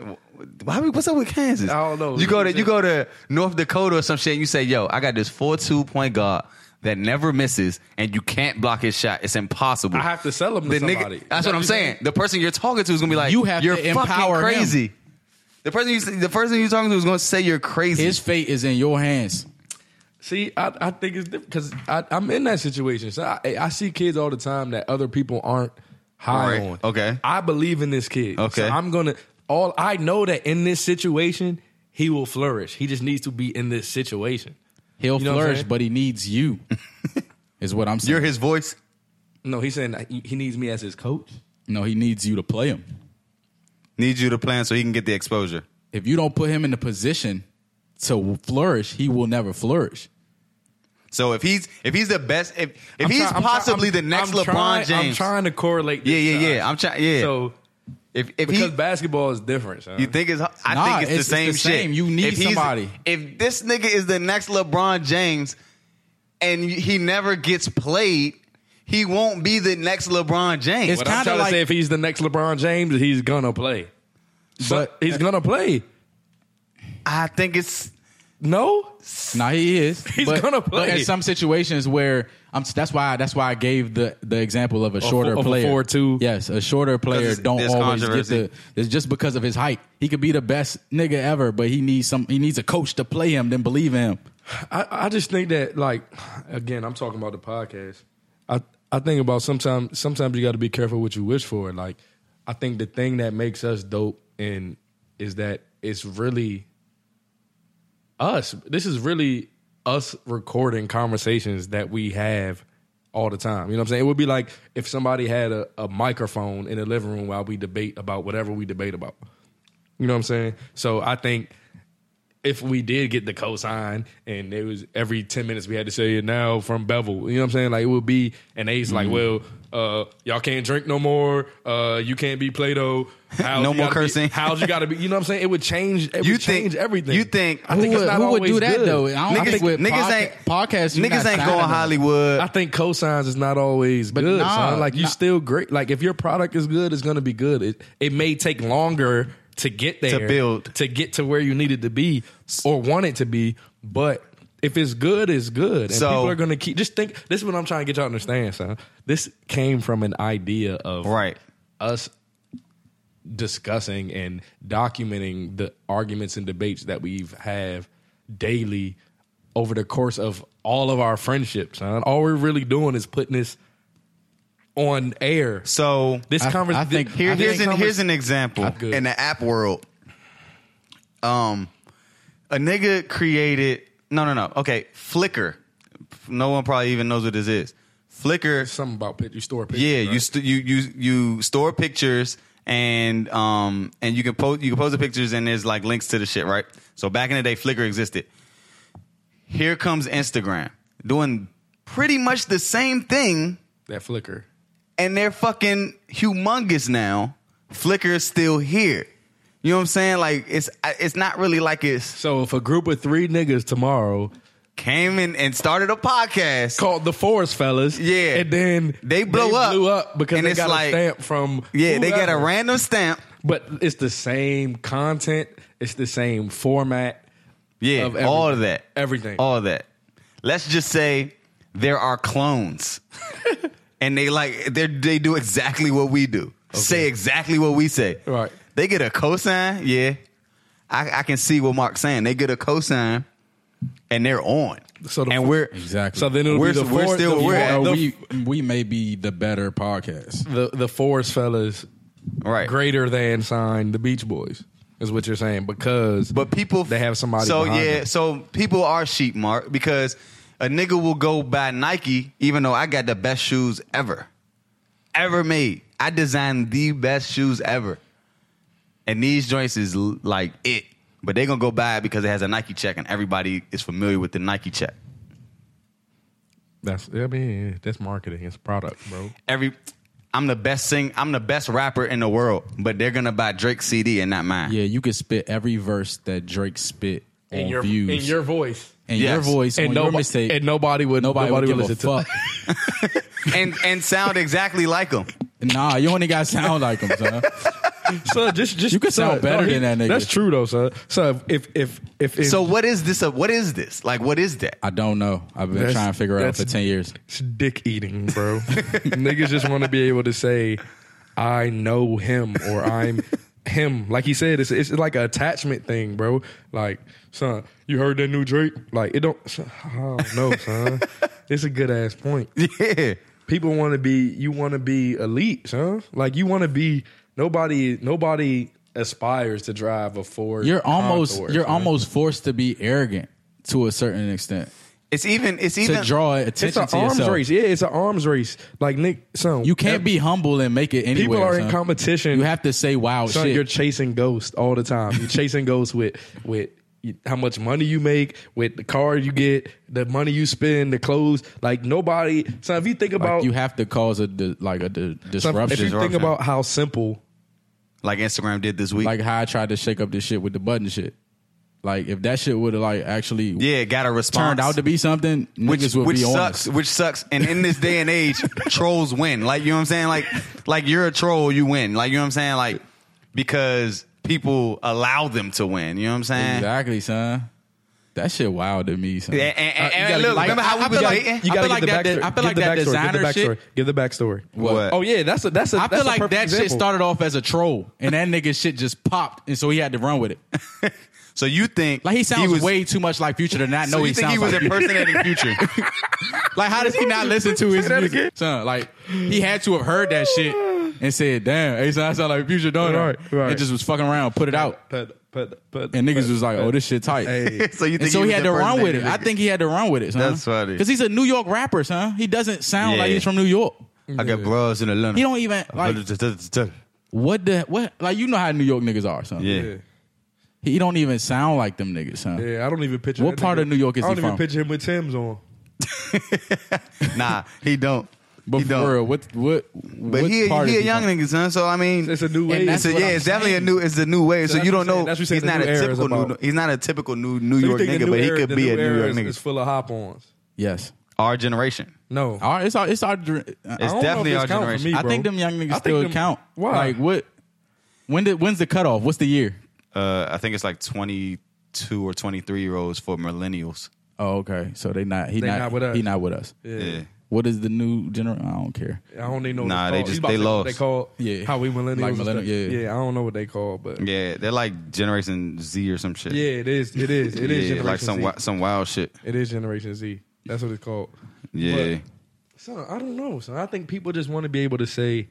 Speaker 2: Why, we- what's up with Kansas?
Speaker 4: I don't know.
Speaker 2: You go to you go to North Dakota or some shit. and You say, "Yo, I got this four two point guard that never misses, and you can't block his shot. It's impossible."
Speaker 4: I have to sell him to
Speaker 2: The nigga-
Speaker 4: somebody.
Speaker 2: that's what I'm saying. The person you're talking to is gonna be like,
Speaker 5: You have
Speaker 2: you're
Speaker 5: to empower
Speaker 2: fucking
Speaker 5: him.
Speaker 2: crazy." The person you the person you talking to is gonna say you're crazy.
Speaker 5: His fate is in your hands.
Speaker 4: See, I, I think it's different because I'm in that situation. So I, I see kids all the time that other people aren't high
Speaker 2: Right.
Speaker 4: on.
Speaker 2: Okay.
Speaker 4: I believe in this kid.
Speaker 2: Okay.
Speaker 4: So I'm gonna all I know that in this situation he will flourish. He just needs to be in this situation.
Speaker 5: He'll
Speaker 4: You know what I'm
Speaker 5: flourish,
Speaker 4: saying?
Speaker 5: but he needs you. is what I'm saying.
Speaker 2: you're his voice.
Speaker 4: No, he's saying that he he needs me as his coach.
Speaker 5: no, he needs you to play him.
Speaker 2: Needs you to plan so he can get the exposure.
Speaker 5: If you don't put him in the position to flourish, he will never flourish.
Speaker 2: So if he's if he's the best if if
Speaker 4: I'm
Speaker 2: he's
Speaker 4: try- I'm try-
Speaker 2: possibly
Speaker 4: I'm-
Speaker 2: the next
Speaker 4: I'm
Speaker 2: LeBron
Speaker 4: trying-
Speaker 2: James.
Speaker 4: I'm trying to correlate. This
Speaker 2: yeah, yeah,
Speaker 4: to
Speaker 2: yeah.
Speaker 4: us.
Speaker 2: I'm trying. Yeah.
Speaker 4: So
Speaker 2: if if he
Speaker 4: because basketball is different, son.
Speaker 2: You think it's? I
Speaker 5: Nah,
Speaker 2: think it's,
Speaker 5: it's-
Speaker 2: the same
Speaker 5: it's the
Speaker 2: shit.
Speaker 5: same. You need
Speaker 2: If he's-
Speaker 5: somebody.
Speaker 2: If this nigga is the next LeBron James, and he never gets played, he won't be the next LeBron James.
Speaker 5: It's
Speaker 4: What I'm
Speaker 5: kinda
Speaker 4: trying
Speaker 5: like-
Speaker 4: to say, if he's the next LeBron James, he's gonna play. But he's gonna play.
Speaker 2: I think it's.
Speaker 4: No,
Speaker 5: Now he is.
Speaker 4: He's
Speaker 5: but,
Speaker 4: gonna
Speaker 5: But
Speaker 4: play.
Speaker 5: in some situations where I'm, that's why that's why I gave the the example of a shorter
Speaker 4: of a
Speaker 5: player.
Speaker 4: 4'2".
Speaker 5: Yes, a shorter player
Speaker 2: it's-
Speaker 5: don't
Speaker 2: there's
Speaker 5: always get
Speaker 2: controversy.
Speaker 5: the. It's just because of his height. He could be the best nigga ever, but he needs some. He needs a coach to play him, then believe in him.
Speaker 4: I, I just think that like again, I'm talking about the podcast. I I think about sometimes sometimes you got to be careful what you wish for. Like I think the thing that makes us dope and is that it's really us. This is really us recording conversations that we have all the time. You know what I'm saying? It would be like if somebody had a, a microphone in the living room while we debate about whatever we debate about. You know what I'm saying? So I think if we did get the cosign and it was every 10 minutes we had to say it now from Bevel, you know what I'm saying? Like it would be, and they's
Speaker 2: Mm-hmm.
Speaker 4: like, well, uh, y'all can't drink no more. Uh, you can't be Play Doh. How's
Speaker 2: No
Speaker 4: you
Speaker 2: more
Speaker 4: gotta be-
Speaker 2: cursing.
Speaker 4: how's you got to be? You know what I'm saying? It would change. It
Speaker 2: You
Speaker 4: would
Speaker 2: think
Speaker 4: change everything.
Speaker 2: You think
Speaker 4: I think
Speaker 5: who
Speaker 4: it's
Speaker 5: would,
Speaker 4: not
Speaker 5: who would
Speaker 4: always
Speaker 5: do that
Speaker 4: good.
Speaker 5: though? I don't
Speaker 2: niggas,
Speaker 5: think with
Speaker 2: niggas
Speaker 5: podca-
Speaker 2: ain't
Speaker 5: podcasts. you're
Speaker 2: Niggas ain't
Speaker 5: not signing
Speaker 2: going
Speaker 5: them.
Speaker 2: Hollywood.
Speaker 4: I think cosigns is not always good.
Speaker 5: nah,
Speaker 4: son. Like you
Speaker 5: nah.
Speaker 4: still great. Like if your product is good, it's gonna be good. It it may take longer to get there
Speaker 2: To build.
Speaker 4: to get to where you need it to be or want it to be, but if it's good, it's good. And
Speaker 2: So-
Speaker 4: people are gonna keep just think this is what I'm trying to get y'all to understand, son. This came from an idea of
Speaker 2: right.
Speaker 4: us discussing and documenting the arguments and debates that we've have daily over the course of all of our friendships. Son. All we're really doing is putting this on air.
Speaker 2: So
Speaker 4: This
Speaker 5: I-
Speaker 4: conversation.
Speaker 5: I think
Speaker 2: Here, here's an here's an example
Speaker 4: I'm good.
Speaker 2: in the app world. Um, a nigga created no no no okay Flickr. No one probably even knows what this is. Flickr
Speaker 4: something about picture you store pictures.
Speaker 2: yeah,
Speaker 4: right?
Speaker 2: you st- you you you store pictures and um and you can post you can post the pictures and there's like links to the shit, right? So back in the day, Flickr existed. Here comes Instagram doing pretty much the same thing,
Speaker 4: that flicker.
Speaker 2: and they're fucking humongous now. Flickr is still here. You know what I'm saying? Like it's I- it's not really like it's
Speaker 4: So if a group of three niggas tomorrow
Speaker 2: came in and started a podcast.
Speaker 4: called the Forest Fellas,
Speaker 2: Yeah.
Speaker 4: and then
Speaker 2: They blow up.
Speaker 4: blew up because
Speaker 2: And
Speaker 4: they
Speaker 2: it's
Speaker 4: got
Speaker 2: like-
Speaker 4: a stamp from
Speaker 2: yeah, they got a
Speaker 4: whoever.
Speaker 2: random stamp.
Speaker 4: But it's the same content. It's the same format.
Speaker 2: Yeah,
Speaker 4: of
Speaker 2: all
Speaker 4: everything.
Speaker 2: of that.
Speaker 4: Everything.
Speaker 2: All of that. Let's just say there are clones. and they like they they do exactly what we do. Say exactly what we say.
Speaker 4: Right.
Speaker 2: They get a cosign, yeah. I, I can see what Mark's saying. They get a cosign and they're on.
Speaker 4: So the-
Speaker 2: and we're
Speaker 5: Exactly.
Speaker 4: So then it'll
Speaker 2: We're-
Speaker 4: be the
Speaker 2: we're
Speaker 4: forest,
Speaker 2: still-
Speaker 4: the,
Speaker 2: we're at-
Speaker 5: Or
Speaker 4: the,
Speaker 5: we we may be the better podcast.
Speaker 4: the the forest fellas
Speaker 2: right.
Speaker 4: greater than sign the Beach Boys is what you're saying because
Speaker 2: But people
Speaker 4: they have somebody.
Speaker 2: So
Speaker 4: behind
Speaker 2: yeah,
Speaker 4: them.
Speaker 2: so people are sheep, Mark, because a nigga will go buy Nike, even though I got the best shoes ever, ever made. I designed the best shoes ever, and these joints is l- like it. But they gonna go buy it because it has a Nike check, and everybody is familiar with the Nike check.
Speaker 4: that's I mean that's marketing. It's product, bro.
Speaker 2: Every, I'm the best sing, I'm the best rapper in the world, but they're gonna buy Drake CD and not mine.
Speaker 5: Yeah, you could spit every verse that Drake spit on views
Speaker 4: voice
Speaker 5: in your
Speaker 2: Yes.
Speaker 5: voice
Speaker 4: and
Speaker 5: on your
Speaker 4: nobody
Speaker 5: mistake.
Speaker 4: and nobody would nobody,
Speaker 5: nobody,
Speaker 4: would,
Speaker 5: would
Speaker 4: listen
Speaker 5: give
Speaker 4: to.
Speaker 5: a
Speaker 4: it.
Speaker 5: fuck.
Speaker 2: and and sound exactly like them.
Speaker 5: nah, you only got sound like him, son.
Speaker 4: Son, just just
Speaker 5: You could
Speaker 4: son,
Speaker 5: sound better than that nigga.
Speaker 4: That's true though, son. So if if if, if
Speaker 2: So what is this? What is this? Like what is that?
Speaker 5: I don't know. I've been
Speaker 4: That's-
Speaker 5: trying to figure out for
Speaker 4: that's-
Speaker 5: ten years.
Speaker 4: It's dick eating, bro. Niggas just want to be able to say, I know him or I'm him. Like he said, it's it's like an attachment thing, bro. Like, son, you heard that new Drake? Like, it don't. son, Oh no, son. It's a good ass point.
Speaker 2: Yeah.
Speaker 4: People want to be. You want to be elite, son. Like you want to be. Nobody. Nobody aspires to drive a Ford.
Speaker 5: You're almost
Speaker 4: Concord,
Speaker 5: you're
Speaker 4: son.
Speaker 5: almost forced to be arrogant to a certain extent
Speaker 2: It's even it's even
Speaker 5: to draw attention
Speaker 4: It's an
Speaker 5: to
Speaker 4: arms
Speaker 5: yourself.
Speaker 4: race. Yeah, it's an arms race. Like Nick, son,
Speaker 5: You can't be humble and make it anywhere.
Speaker 4: People are in
Speaker 5: son.
Speaker 4: competition.
Speaker 5: You have to say wow
Speaker 4: Son,
Speaker 5: shit.
Speaker 4: you're chasing ghosts all the time. You're chasing ghosts with with you- how much money you make, with the car you get, the money you spend, the clothes. Like nobody. So if you think
Speaker 5: Like,
Speaker 4: about
Speaker 5: you have to cause a di- like a di-
Speaker 4: son,
Speaker 5: disruption.
Speaker 4: if you think
Speaker 2: Disruption.
Speaker 4: about how simple,
Speaker 2: like Instagram did this week.
Speaker 5: like how I tried to shake up this shit with the button shit. Like if that shit would have like actually
Speaker 2: yeah, got a response.
Speaker 5: turned out to be something,
Speaker 2: which
Speaker 5: niggas would
Speaker 2: which
Speaker 5: be
Speaker 2: sucks,
Speaker 5: honest.
Speaker 2: which sucks. And in this day and age, trolls win. Like you know what I'm saying? Like like you're a troll, you win. Like you know what I'm saying? Like because people allow them to win. You know what I'm saying?
Speaker 5: Exactly, son. That shit wild to me, son.
Speaker 2: And, and, and,
Speaker 4: You
Speaker 2: and
Speaker 4: gotta
Speaker 2: look,
Speaker 4: get- like,
Speaker 2: remember how
Speaker 5: I-
Speaker 2: we
Speaker 5: I
Speaker 2: was
Speaker 5: feel
Speaker 2: like,
Speaker 5: like-
Speaker 2: hating?
Speaker 5: you
Speaker 2: I
Speaker 5: gotta
Speaker 2: feel
Speaker 5: get
Speaker 2: like
Speaker 5: the
Speaker 2: that.
Speaker 5: backstory.
Speaker 2: that- I feel
Speaker 5: Give
Speaker 2: like
Speaker 5: the
Speaker 2: that
Speaker 5: backstory,
Speaker 2: designer
Speaker 4: backstory.
Speaker 2: shit.
Speaker 4: Give the backstory.
Speaker 2: What?
Speaker 4: Oh yeah, that's a that's a
Speaker 5: I
Speaker 4: that's
Speaker 5: feel
Speaker 4: a
Speaker 5: like
Speaker 4: perfect
Speaker 5: that shit
Speaker 4: example.
Speaker 5: started off as a troll, and that nigga shit just popped, and so he had to run with it.
Speaker 2: So you think
Speaker 5: Like he sounds
Speaker 2: was,
Speaker 5: way too much like Future to not know
Speaker 2: So you
Speaker 5: he
Speaker 2: think
Speaker 5: sounds
Speaker 2: he was
Speaker 5: like Future.
Speaker 2: impersonating Future?
Speaker 5: Like how does he not listen to his
Speaker 4: that
Speaker 5: music,
Speaker 4: again.
Speaker 5: son? Like he had to have heard that shit and said, "Damn, hey, son, I sound like Future doing
Speaker 4: Right,
Speaker 5: that."
Speaker 4: right.
Speaker 5: It just was fucking around, put it out,
Speaker 4: But, but, but,
Speaker 5: and niggas was like, "Oh, this shit tight."
Speaker 4: Hey.
Speaker 2: so you think
Speaker 5: and so he
Speaker 2: was
Speaker 5: had to run with it.
Speaker 2: impersonating
Speaker 5: I
Speaker 2: Future?
Speaker 5: think he had to run with it. Son.
Speaker 2: That's funny.
Speaker 5: Because he's a New York rapper, son. He doesn't sound like
Speaker 2: Yeah.
Speaker 5: he's from New York.
Speaker 2: I got bras in Atlanta.
Speaker 5: He don't even like what the what like you know how New York niggas are, son.
Speaker 2: yeah.
Speaker 4: Yeah.
Speaker 5: He don't even sound like them niggas, son.
Speaker 4: Yeah, I don't even picture.
Speaker 5: What
Speaker 4: that
Speaker 5: part
Speaker 4: nigga-
Speaker 5: of New York is
Speaker 4: I don't
Speaker 5: he
Speaker 4: even
Speaker 5: from?
Speaker 4: picture him with Tim's on.
Speaker 2: Nah, he don't.
Speaker 5: But
Speaker 2: he don't.
Speaker 5: for real, what what
Speaker 2: But
Speaker 5: what
Speaker 2: he,
Speaker 5: part
Speaker 2: he
Speaker 5: is
Speaker 2: a young
Speaker 5: from?
Speaker 2: nigga, son. So I mean,
Speaker 4: It's a new
Speaker 2: and
Speaker 4: wave.
Speaker 2: that's a-
Speaker 5: That's what
Speaker 2: yeah,
Speaker 5: I'm
Speaker 2: it's definitely a
Speaker 5: saying.
Speaker 2: new. It's a new wave. So,
Speaker 4: that's
Speaker 2: you
Speaker 4: what
Speaker 2: don't
Speaker 4: I'm saying.
Speaker 2: know.
Speaker 4: That's what
Speaker 2: He's
Speaker 4: we say the
Speaker 2: not a
Speaker 4: new era is
Speaker 2: typical new.
Speaker 4: about.
Speaker 2: He's not a typical new New
Speaker 4: So you
Speaker 2: York
Speaker 4: think the
Speaker 2: nigga,
Speaker 4: new
Speaker 2: but he
Speaker 4: era-
Speaker 2: could
Speaker 4: the
Speaker 2: be
Speaker 4: new
Speaker 2: a New
Speaker 4: era
Speaker 2: York
Speaker 4: is, It's
Speaker 2: nigga.
Speaker 4: full of hop ons.
Speaker 5: Yes.
Speaker 2: Our generation.
Speaker 4: No,
Speaker 5: All right, it's our it's our dr- I
Speaker 2: It's
Speaker 5: don't-
Speaker 2: definitely
Speaker 4: if
Speaker 2: our
Speaker 4: it's count for
Speaker 2: generation.
Speaker 4: me,
Speaker 5: I
Speaker 4: bro.
Speaker 5: think them young
Speaker 4: I
Speaker 5: niggas
Speaker 4: think
Speaker 5: still
Speaker 4: them-
Speaker 5: count.
Speaker 4: Why?
Speaker 5: Like what when did when's the cutoff? What's the year?
Speaker 2: Uh, I think it's like twenty two or twenty three year olds for millennials.
Speaker 5: Oh, okay. So they not he
Speaker 4: They
Speaker 5: not,
Speaker 4: not with us.
Speaker 5: he not with us.
Speaker 2: Yeah.
Speaker 5: What is the new generation? I don't care.
Speaker 4: I don't even know. What
Speaker 2: Nah,
Speaker 4: it's
Speaker 2: they
Speaker 4: called.
Speaker 2: just-
Speaker 4: You about
Speaker 2: they
Speaker 4: to say what
Speaker 2: lost.
Speaker 4: They call
Speaker 5: Yeah.
Speaker 4: how we millennials.
Speaker 5: Like
Speaker 4: and stuff.
Speaker 5: millennial- yeah.
Speaker 4: yeah. I don't know what they call, but yeah,
Speaker 2: Yeah, they're like Generation Z or some shit.
Speaker 4: it is. It is. It is
Speaker 2: yeah,
Speaker 4: Generation
Speaker 2: like some
Speaker 4: Z.
Speaker 2: wi- some wild shit.
Speaker 4: It is Generation Z. That's what it's called.
Speaker 2: Yeah,
Speaker 4: So I don't know. So I think people just want to be able to say,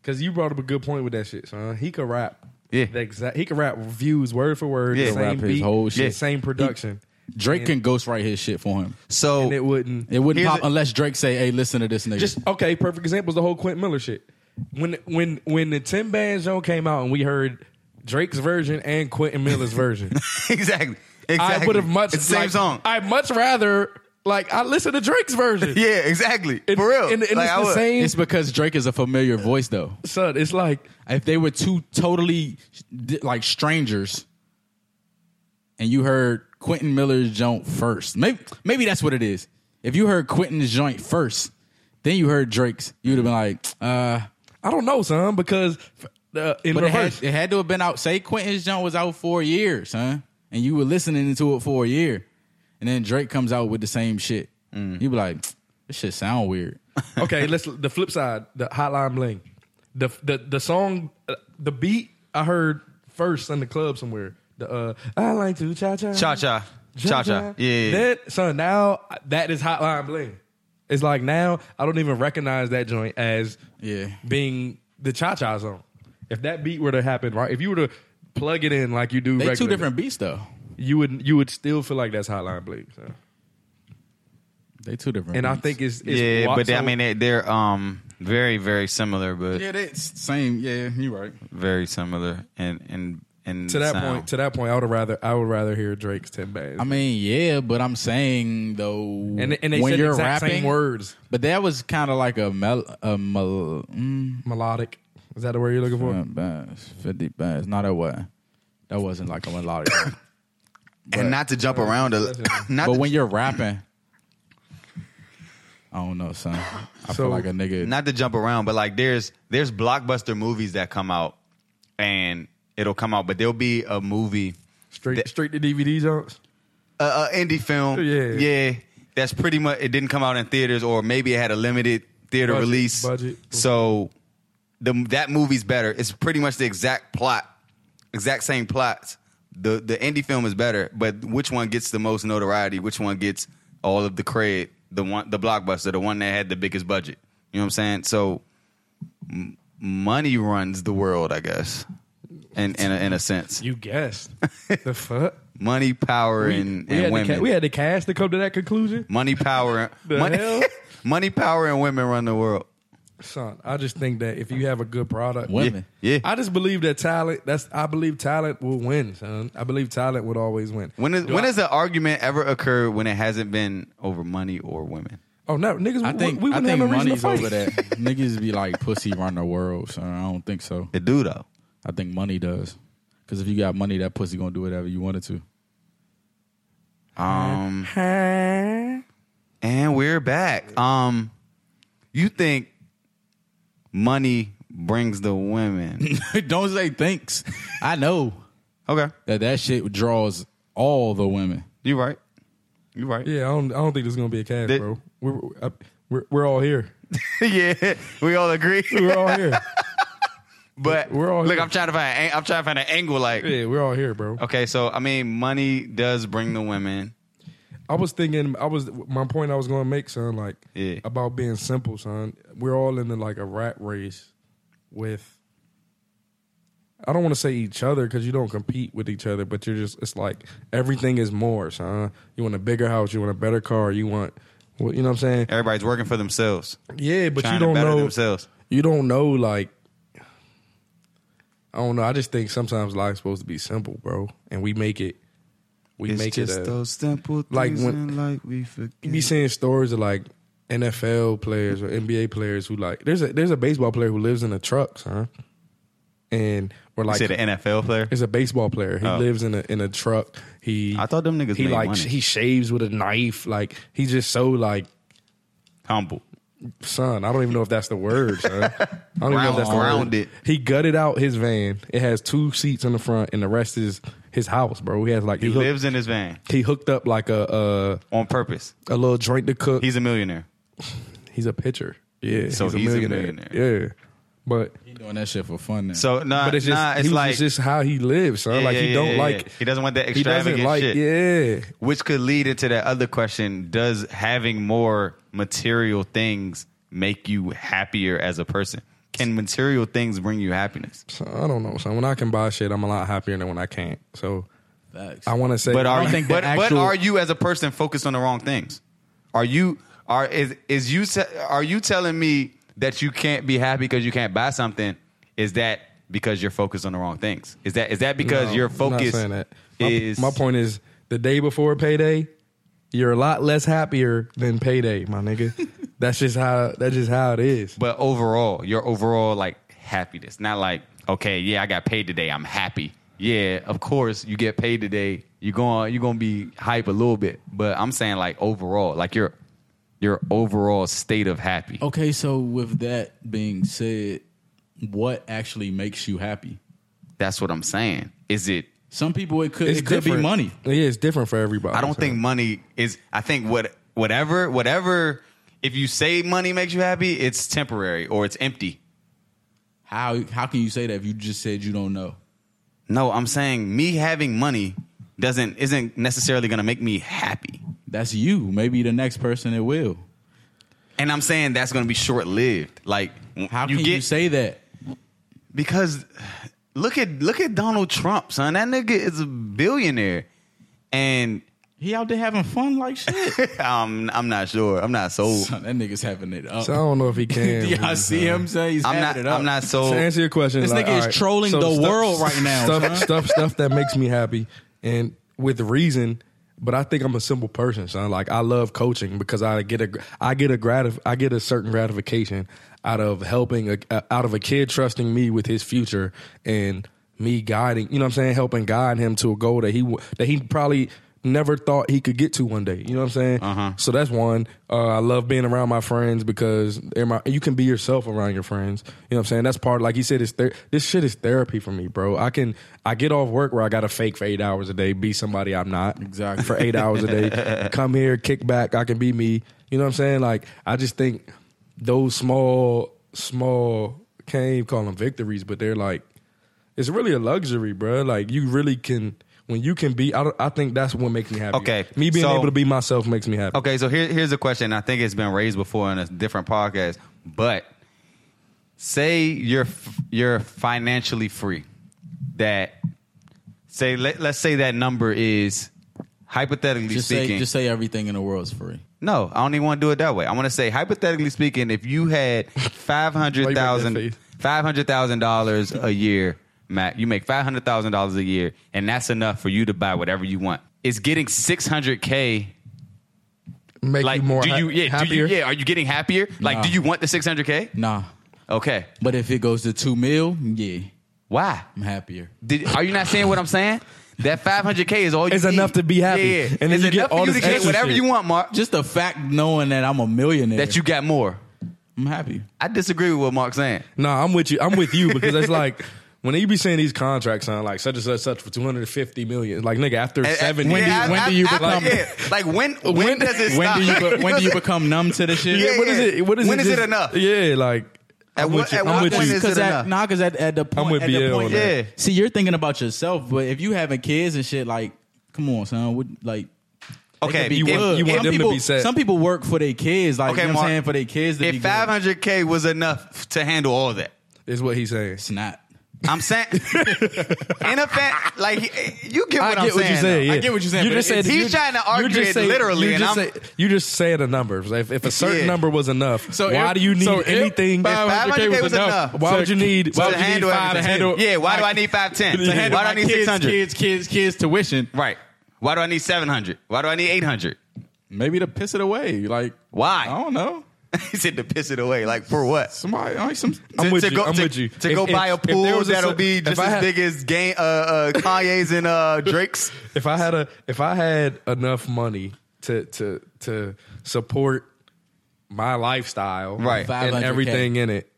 Speaker 4: because you brought up a good point with that shit. Son, he could rap.
Speaker 2: Yeah.
Speaker 4: the exact. He could rap views word for word.
Speaker 2: Yeah.
Speaker 4: the same
Speaker 5: Rap his
Speaker 4: beat,
Speaker 5: whole shit.
Speaker 4: the same production,
Speaker 5: Drake can ghostwrite his shit for him.
Speaker 2: so
Speaker 4: and it wouldn't.
Speaker 5: It wouldn't
Speaker 2: Here's
Speaker 5: pop
Speaker 2: a-
Speaker 5: unless Drake say, "Hey, listen to this nigga."
Speaker 4: Just okay. Perfect example is the whole Quentin Miller shit. When when when the Tim Band show came out and we heard Drake's version and Quentin Miller's version,
Speaker 2: exactly, exactly.
Speaker 4: I would have much
Speaker 2: it's the same
Speaker 4: like,
Speaker 2: song.
Speaker 4: I much rather like I listen to Drake's version.
Speaker 2: yeah, exactly.
Speaker 4: And-
Speaker 2: For real,
Speaker 4: and, and
Speaker 2: Like,
Speaker 4: it's
Speaker 2: I
Speaker 4: the
Speaker 2: would-
Speaker 4: same
Speaker 5: it's because Drake is a familiar voice, though.
Speaker 4: son. It's like
Speaker 5: If they were two totally di- like strangers, and you heard Quentin Miller's joint first, maybe maybe that's what it is. If you heard Quentin's joint first, then you heard Drake's, you'd have been like, "Uh."
Speaker 4: I don't know, son, because uh, in
Speaker 5: But it had,
Speaker 4: reverse,
Speaker 5: it had to have been out. Say Quentin's joint was out for a year, son, and you were listening to it for a year, and then Drake comes out with the same shit. You be like, "This shit sound weird."
Speaker 4: okay, let's the flip side, the Hotline Bling, the the the song, uh, the beat I heard first in the club somewhere. The uh, I like to cha cha
Speaker 2: Cha cha. Cha cha. Yeah. yeah, yeah.
Speaker 4: That so now that is Hotline Bling. It's like now I don't even recognize that joint as
Speaker 5: Yeah.
Speaker 4: being the cha cha zone. If that beat were to happen, right? If you were to plug it in like you do,
Speaker 5: They two
Speaker 4: regularly,
Speaker 5: different beats though.
Speaker 4: You would you would still feel like that's Hotline Bling. So.
Speaker 5: They two different.
Speaker 4: And I
Speaker 5: beats.
Speaker 4: think it's, it's
Speaker 2: Yeah,
Speaker 4: wa-
Speaker 2: but they, I
Speaker 4: so-
Speaker 2: mean, they, they're um very, very similar, but
Speaker 5: yeah, that's same. Yeah, you right.
Speaker 2: very similar, and and and
Speaker 4: to that point, to that point, I would rather I would rather hear Drake's ten bands.
Speaker 5: I mean, yeah, but I'm saying though,
Speaker 4: and and they
Speaker 5: when
Speaker 4: said the
Speaker 5: you're
Speaker 4: exact
Speaker 5: rapping,
Speaker 4: same words,
Speaker 5: but that was kind of like a mel, a mel, mm,
Speaker 4: melodic. Is that the word you're looking for?
Speaker 5: uh, bass, fifty bands. Not that way. That wasn't like a melodic.
Speaker 2: and not to jump around, a, not
Speaker 5: but
Speaker 2: to,
Speaker 5: when you're rapping, I don't know, son. I
Speaker 4: So-
Speaker 5: feel like a nigga.
Speaker 2: not to jump around, but like there's there's blockbuster movies that come out, and it'll come out, but there'll be a movie,
Speaker 4: Straight
Speaker 2: That-
Speaker 4: straight to DVD jumps.
Speaker 2: a uh, indie film,
Speaker 4: Yeah.
Speaker 2: yeah, that's pretty much it didn't come out in theaters, or maybe it had a limited theater
Speaker 4: Budget,
Speaker 2: release,
Speaker 4: budget.
Speaker 2: so the that movie's better. It's pretty much the exact plot, exact same plots. The the indie film is better, but which one gets the most notoriety? Which one gets all of the credit? The one, the blockbuster, the one that had the biggest budget. You know what I'm saying? So, m- money runs the world, I guess. In in a, in a sense,
Speaker 4: You guessed. the fuck?
Speaker 2: money, power, and,
Speaker 4: we,
Speaker 2: and
Speaker 4: had
Speaker 2: women.
Speaker 4: To, ca- we had to cast to come to that conclusion.
Speaker 2: money, power,
Speaker 4: The
Speaker 2: money,
Speaker 4: hell?
Speaker 2: money, power, and women run the world.
Speaker 4: Son, I just think that if you have a good product,
Speaker 5: Women.
Speaker 2: Yeah.
Speaker 4: I just believe that talent. That's I believe talent will win, son. I believe talent would always win.
Speaker 2: When is,
Speaker 4: Do
Speaker 2: when
Speaker 4: I-
Speaker 2: has an argument ever occurred when it hasn't been over money or women?
Speaker 4: oh no, niggas?
Speaker 5: I think
Speaker 4: we, we
Speaker 5: I
Speaker 4: wouldn't
Speaker 5: think
Speaker 4: have no reason to fight.
Speaker 5: money's over that. Niggas be like pussy run the world, so I don't think so.
Speaker 2: It do though.
Speaker 5: I think money does. Because if you got money, that pussy gonna do whatever you want it to.
Speaker 2: Um, and we're back. Um, you think money brings the women?
Speaker 5: don't say thanks. I know
Speaker 2: okay,
Speaker 5: that that shit draws all the women.
Speaker 2: you right. You right.
Speaker 4: Yeah, I don't. I don't think there's gonna be a cast,
Speaker 2: They-
Speaker 4: bro. We're, I- we're we're all here.
Speaker 2: yeah, we all agree.
Speaker 4: We're all here.
Speaker 2: But
Speaker 4: We're all
Speaker 2: look.
Speaker 4: here.
Speaker 2: I'm trying to find. An, ang- I'm trying to find an angle. Like,
Speaker 4: yeah, we're all here, bro.
Speaker 2: okay, so I mean, money does bring the women.
Speaker 4: I was thinking. I was my point. I was gonna make, son. Like
Speaker 2: Yeah.
Speaker 4: about being simple, son. We're all in the, like a rat race with. I don't want to say each other because you don't compete with each other, but you're just. It's like everything is more, son. You want a bigger house. You want a better car. You want. Well, you know what I'm saying?
Speaker 2: Everybody's working for themselves,
Speaker 4: Yeah, but
Speaker 2: trying
Speaker 4: you don't
Speaker 2: to better
Speaker 4: know.
Speaker 2: themselves.
Speaker 4: you don't know like I don't know. I just think sometimes life's supposed to be simple, bro, and we make it. We
Speaker 2: it's
Speaker 4: make
Speaker 2: just
Speaker 4: it. A,
Speaker 2: those simple things
Speaker 4: like when-
Speaker 2: and like we forget.
Speaker 4: you be seeing stories of like NFL players or NBA players who like there's a there's a baseball player who lives in a truck, son, and we're
Speaker 2: You
Speaker 4: like
Speaker 2: say the NFL player?
Speaker 4: is a baseball player. He
Speaker 2: Oh.
Speaker 4: lives in a in a truck. He
Speaker 2: I thought them niggas
Speaker 4: he
Speaker 2: made
Speaker 4: like
Speaker 2: money.
Speaker 4: he shaves with a knife. Like he's just so like
Speaker 2: Humble.
Speaker 4: son. I don't even know if that's the word, son. I don't even know if that's the
Speaker 2: Grounded.
Speaker 4: word. He gutted out his van. It has two seats in the front, and the rest is his house, bro. He has like
Speaker 2: He
Speaker 4: hooked,
Speaker 2: lives in his van
Speaker 4: He hooked up like a
Speaker 2: on purpose.
Speaker 4: a, a little joint to cook. He's,
Speaker 2: He's a millionaire.
Speaker 4: a pitcher. Yeah,
Speaker 2: So he's a millionaire.
Speaker 4: Yeah, but
Speaker 5: He doing that shit for fun now.
Speaker 2: So nah,
Speaker 4: but it's just
Speaker 2: nah,
Speaker 4: he
Speaker 2: it's
Speaker 4: was
Speaker 2: like
Speaker 4: just, just how he lives, son.
Speaker 2: Yeah,
Speaker 4: like
Speaker 2: yeah,
Speaker 4: he
Speaker 2: yeah,
Speaker 4: don't
Speaker 2: yeah,
Speaker 4: like
Speaker 2: yeah. He doesn't want that
Speaker 4: he doesn't
Speaker 2: extravagant
Speaker 4: like
Speaker 2: shit.
Speaker 4: yeah.
Speaker 2: which could lead into that other question: Does having more material things make you happier as a person? Can material things bring you happiness?
Speaker 4: So I don't know, son. When I can buy shit, I'm a lot happier than when I can't. So
Speaker 5: Facts.
Speaker 4: I want to say,
Speaker 2: But are
Speaker 5: don't
Speaker 2: you,
Speaker 5: think the
Speaker 2: but, but
Speaker 5: actual-
Speaker 2: are you as a person focused on the wrong things? Are you are is is you te- are you telling me that you can't be happy because you can't buy something? Is that because you're focused on the wrong things? Is that is that because
Speaker 4: No,
Speaker 2: your
Speaker 4: I'm not
Speaker 2: focus
Speaker 4: saying that. My,
Speaker 2: is
Speaker 4: my point is the day before payday, you're a lot less happier than payday, my nigga. that's just how that's just how it is.
Speaker 2: But overall, your overall like happiness, not like okay, yeah, I got paid today, I'm happy. Yeah, of course you get paid today, you're going you're gonna be hype a little bit. But I'm saying like overall, like your your overall state of happy.
Speaker 5: okay, so with that being said, what actually makes you happy?
Speaker 2: That's what I'm saying. Is it?
Speaker 5: Some people it could it could be
Speaker 4: different.
Speaker 5: money.
Speaker 4: Yeah, it's different for everybody.
Speaker 2: I don't
Speaker 4: so.
Speaker 2: think money is. I think what whatever whatever. If you say money makes you happy, it's temporary or it's empty.
Speaker 5: How how can you say that if you just said you don't know?
Speaker 2: No, I'm saying me having money doesn't isn't necessarily going to make me happy.
Speaker 5: That's you. Maybe the next person it will.
Speaker 2: And I'm saying that's going to be short lived. Like
Speaker 5: How
Speaker 2: you
Speaker 5: can
Speaker 2: get
Speaker 5: you say that?
Speaker 2: because look at look at Donald Trump, son. That nigga is a billionaire, and
Speaker 5: He out there having fun like shit.
Speaker 2: I'm I'm not sure. I'm not sold.
Speaker 5: Son, that nigga's having it up.
Speaker 4: So I don't know if he can.
Speaker 5: Yeah, I see him saying he's
Speaker 2: I'm
Speaker 5: having
Speaker 2: not.
Speaker 5: it up.
Speaker 2: I'm not
Speaker 4: To
Speaker 2: sold.
Speaker 4: answer your question,
Speaker 5: This
Speaker 4: like,
Speaker 5: nigga is
Speaker 4: all right,
Speaker 5: trolling the world right now,
Speaker 4: Stuff, stuff, stuff that makes me happy and with reason. But I think I'm a simple person, son. Like I love coaching because I get a, I get a gratif- I get a certain gratification out of helping, a, out of a kid trusting me with his future and me guiding. You know what I'm saying? Helping guide him to a goal that he w- that he probably never thought he could get to one day. You know what I'm saying? So that's one. Uh, I love being around my friends because they're my, you can be yourself around your friends. You know what I'm saying? That's part. Like you said, it's ther- this shit is therapy for me, bro. I can I get off work where I got to fake for eight hours a day, be somebody I'm not
Speaker 5: Exactly.
Speaker 4: for eight hours a day. Come here, kick back. I can be me. You know what I'm saying? Like I just think those small small can't even call them victories, but they're like, it's really a luxury, bro. Like you really can when you can be. I, don't- I think that's what makes me happy.
Speaker 2: Okay,
Speaker 4: me being
Speaker 2: so-
Speaker 4: able to be myself makes me happy.
Speaker 2: Okay, so here, here's a question. I think it's been raised before in a different podcast, but say you're f- you're financially free. That say let, let's say that number is hypothetically
Speaker 5: Just
Speaker 2: speaking.
Speaker 5: say, just say everything in the world is free.
Speaker 2: no, I don't even want to do it that way. I want to say hypothetically speaking, if you had five hundred
Speaker 4: Why you make
Speaker 2: thousand
Speaker 4: that
Speaker 2: five hundred thousand dollars a year, Matt, you make five hundred thousand dollars a year, and that's enough for you to buy whatever you want. It's getting six hundred k
Speaker 4: Make
Speaker 2: like
Speaker 4: you more
Speaker 2: do
Speaker 4: ha-
Speaker 2: you yeah
Speaker 4: happier.
Speaker 2: do you yeah are you getting happier like
Speaker 5: Nah.
Speaker 2: do you want the 600k
Speaker 5: Nah.
Speaker 2: okay
Speaker 5: But if it goes to two mil, yeah,
Speaker 2: why
Speaker 5: I'm happier.
Speaker 2: Did, are you not seeing what i'm saying that 500k is all you
Speaker 4: It's enough
Speaker 2: need.
Speaker 4: to be happy.
Speaker 2: yeah, yeah.
Speaker 4: And then
Speaker 2: it's
Speaker 4: you get
Speaker 2: enough
Speaker 4: all
Speaker 2: for you
Speaker 4: this
Speaker 2: to get
Speaker 4: extra
Speaker 2: whatever
Speaker 4: shit.
Speaker 2: you want mark
Speaker 5: Just the fact knowing that I'm a millionaire,
Speaker 2: that you got more
Speaker 5: I'm happy.
Speaker 2: i disagree with what mark's saying
Speaker 4: No, I'm with you. I'm with you because it's like when you be saying these contracts on like such and such such for 250 million. Like nigga, after
Speaker 2: And-
Speaker 4: seven,
Speaker 2: yeah,
Speaker 4: years,
Speaker 2: I-
Speaker 5: when
Speaker 2: I-
Speaker 5: do you
Speaker 2: I-
Speaker 5: become-
Speaker 2: yeah. like when when, does it
Speaker 5: when
Speaker 2: stop
Speaker 5: do you be- when do you become numb to the shit?
Speaker 2: Yeah,
Speaker 4: what is
Speaker 2: yeah.
Speaker 4: it? What is
Speaker 2: When
Speaker 4: it?
Speaker 2: is it
Speaker 4: just-
Speaker 2: enough?
Speaker 4: Yeah, like
Speaker 2: At
Speaker 4: I'm
Speaker 2: what-
Speaker 4: with you.
Speaker 2: at
Speaker 4: I'm
Speaker 2: what
Speaker 4: with
Speaker 2: point
Speaker 4: you.
Speaker 2: is
Speaker 5: Because
Speaker 2: it
Speaker 5: at,
Speaker 2: enough?
Speaker 5: nah, because at, at the point,
Speaker 4: with
Speaker 5: at the
Speaker 4: BL
Speaker 5: point
Speaker 4: on
Speaker 2: that. Yeah.
Speaker 5: see, you're thinking about yourself, but if you having kids and shit, like, come on, son, what, like, they
Speaker 2: Okay,
Speaker 5: could be
Speaker 2: you want-
Speaker 5: good.
Speaker 2: you want
Speaker 5: Some
Speaker 4: them to be
Speaker 5: people,
Speaker 4: set.
Speaker 5: Some people work for their kids, like,
Speaker 2: Okay,
Speaker 5: you know what
Speaker 2: Mark.
Speaker 5: I'm saying, for their kids to be
Speaker 2: if
Speaker 5: good.
Speaker 2: 500k was enough to handle all that
Speaker 4: Is what he's saying.
Speaker 5: it's not.
Speaker 2: i'm saying in a fact like you get what am
Speaker 4: I
Speaker 2: saying
Speaker 4: get what you said.
Speaker 2: though.
Speaker 4: Yeah.
Speaker 5: I get what you're saying,
Speaker 4: You
Speaker 5: but
Speaker 4: just said
Speaker 5: it's-
Speaker 2: he's
Speaker 4: you-
Speaker 2: trying to
Speaker 4: you
Speaker 2: argue
Speaker 4: just
Speaker 2: it
Speaker 4: say-
Speaker 2: literally,
Speaker 4: You
Speaker 2: and
Speaker 4: just,
Speaker 2: I'm-
Speaker 4: say, you just saying a number. So If, if a certain
Speaker 2: Yeah.
Speaker 4: number was enough,
Speaker 5: So
Speaker 4: why
Speaker 5: if-
Speaker 4: do you need
Speaker 5: so if
Speaker 4: anything?
Speaker 5: five-
Speaker 2: 500K was,
Speaker 5: was
Speaker 2: enough.
Speaker 5: enough.
Speaker 4: why
Speaker 5: so
Speaker 4: would you need?
Speaker 5: so
Speaker 4: Why would
Speaker 2: to
Speaker 4: you need
Speaker 2: handle
Speaker 4: five
Speaker 2: everything.
Speaker 4: to handle?
Speaker 2: Yeah, why do
Speaker 5: my-
Speaker 2: I need five ten?
Speaker 5: To handle
Speaker 2: Why do
Speaker 5: my
Speaker 2: I need six
Speaker 5: kids,
Speaker 2: hundred?
Speaker 5: kids, kids, kids tuition.
Speaker 2: Right. Why do I need seven hundred? Why do I need eight hundred?
Speaker 5: Maybe to piss it away. Like,
Speaker 2: Why?
Speaker 5: I don't know.
Speaker 2: he said to piss it away. Like for what?
Speaker 5: Somebody, like some.
Speaker 4: I'm
Speaker 2: to,
Speaker 4: with
Speaker 2: to
Speaker 4: you,
Speaker 2: Go,
Speaker 4: I'm
Speaker 2: to,
Speaker 4: with you.
Speaker 2: To
Speaker 4: If-
Speaker 2: go
Speaker 4: if-
Speaker 2: buy a
Speaker 4: if there
Speaker 2: pool
Speaker 4: was a
Speaker 2: that'll
Speaker 4: cer-
Speaker 2: be
Speaker 4: if
Speaker 2: just
Speaker 4: I
Speaker 2: as
Speaker 4: had-
Speaker 2: big as Game, uh, uh, Kanye's and uh, Drake's.
Speaker 4: If I had a, if I had enough money to to to support my lifestyle,
Speaker 2: Right.
Speaker 4: and
Speaker 5: 500K.
Speaker 4: everything in it,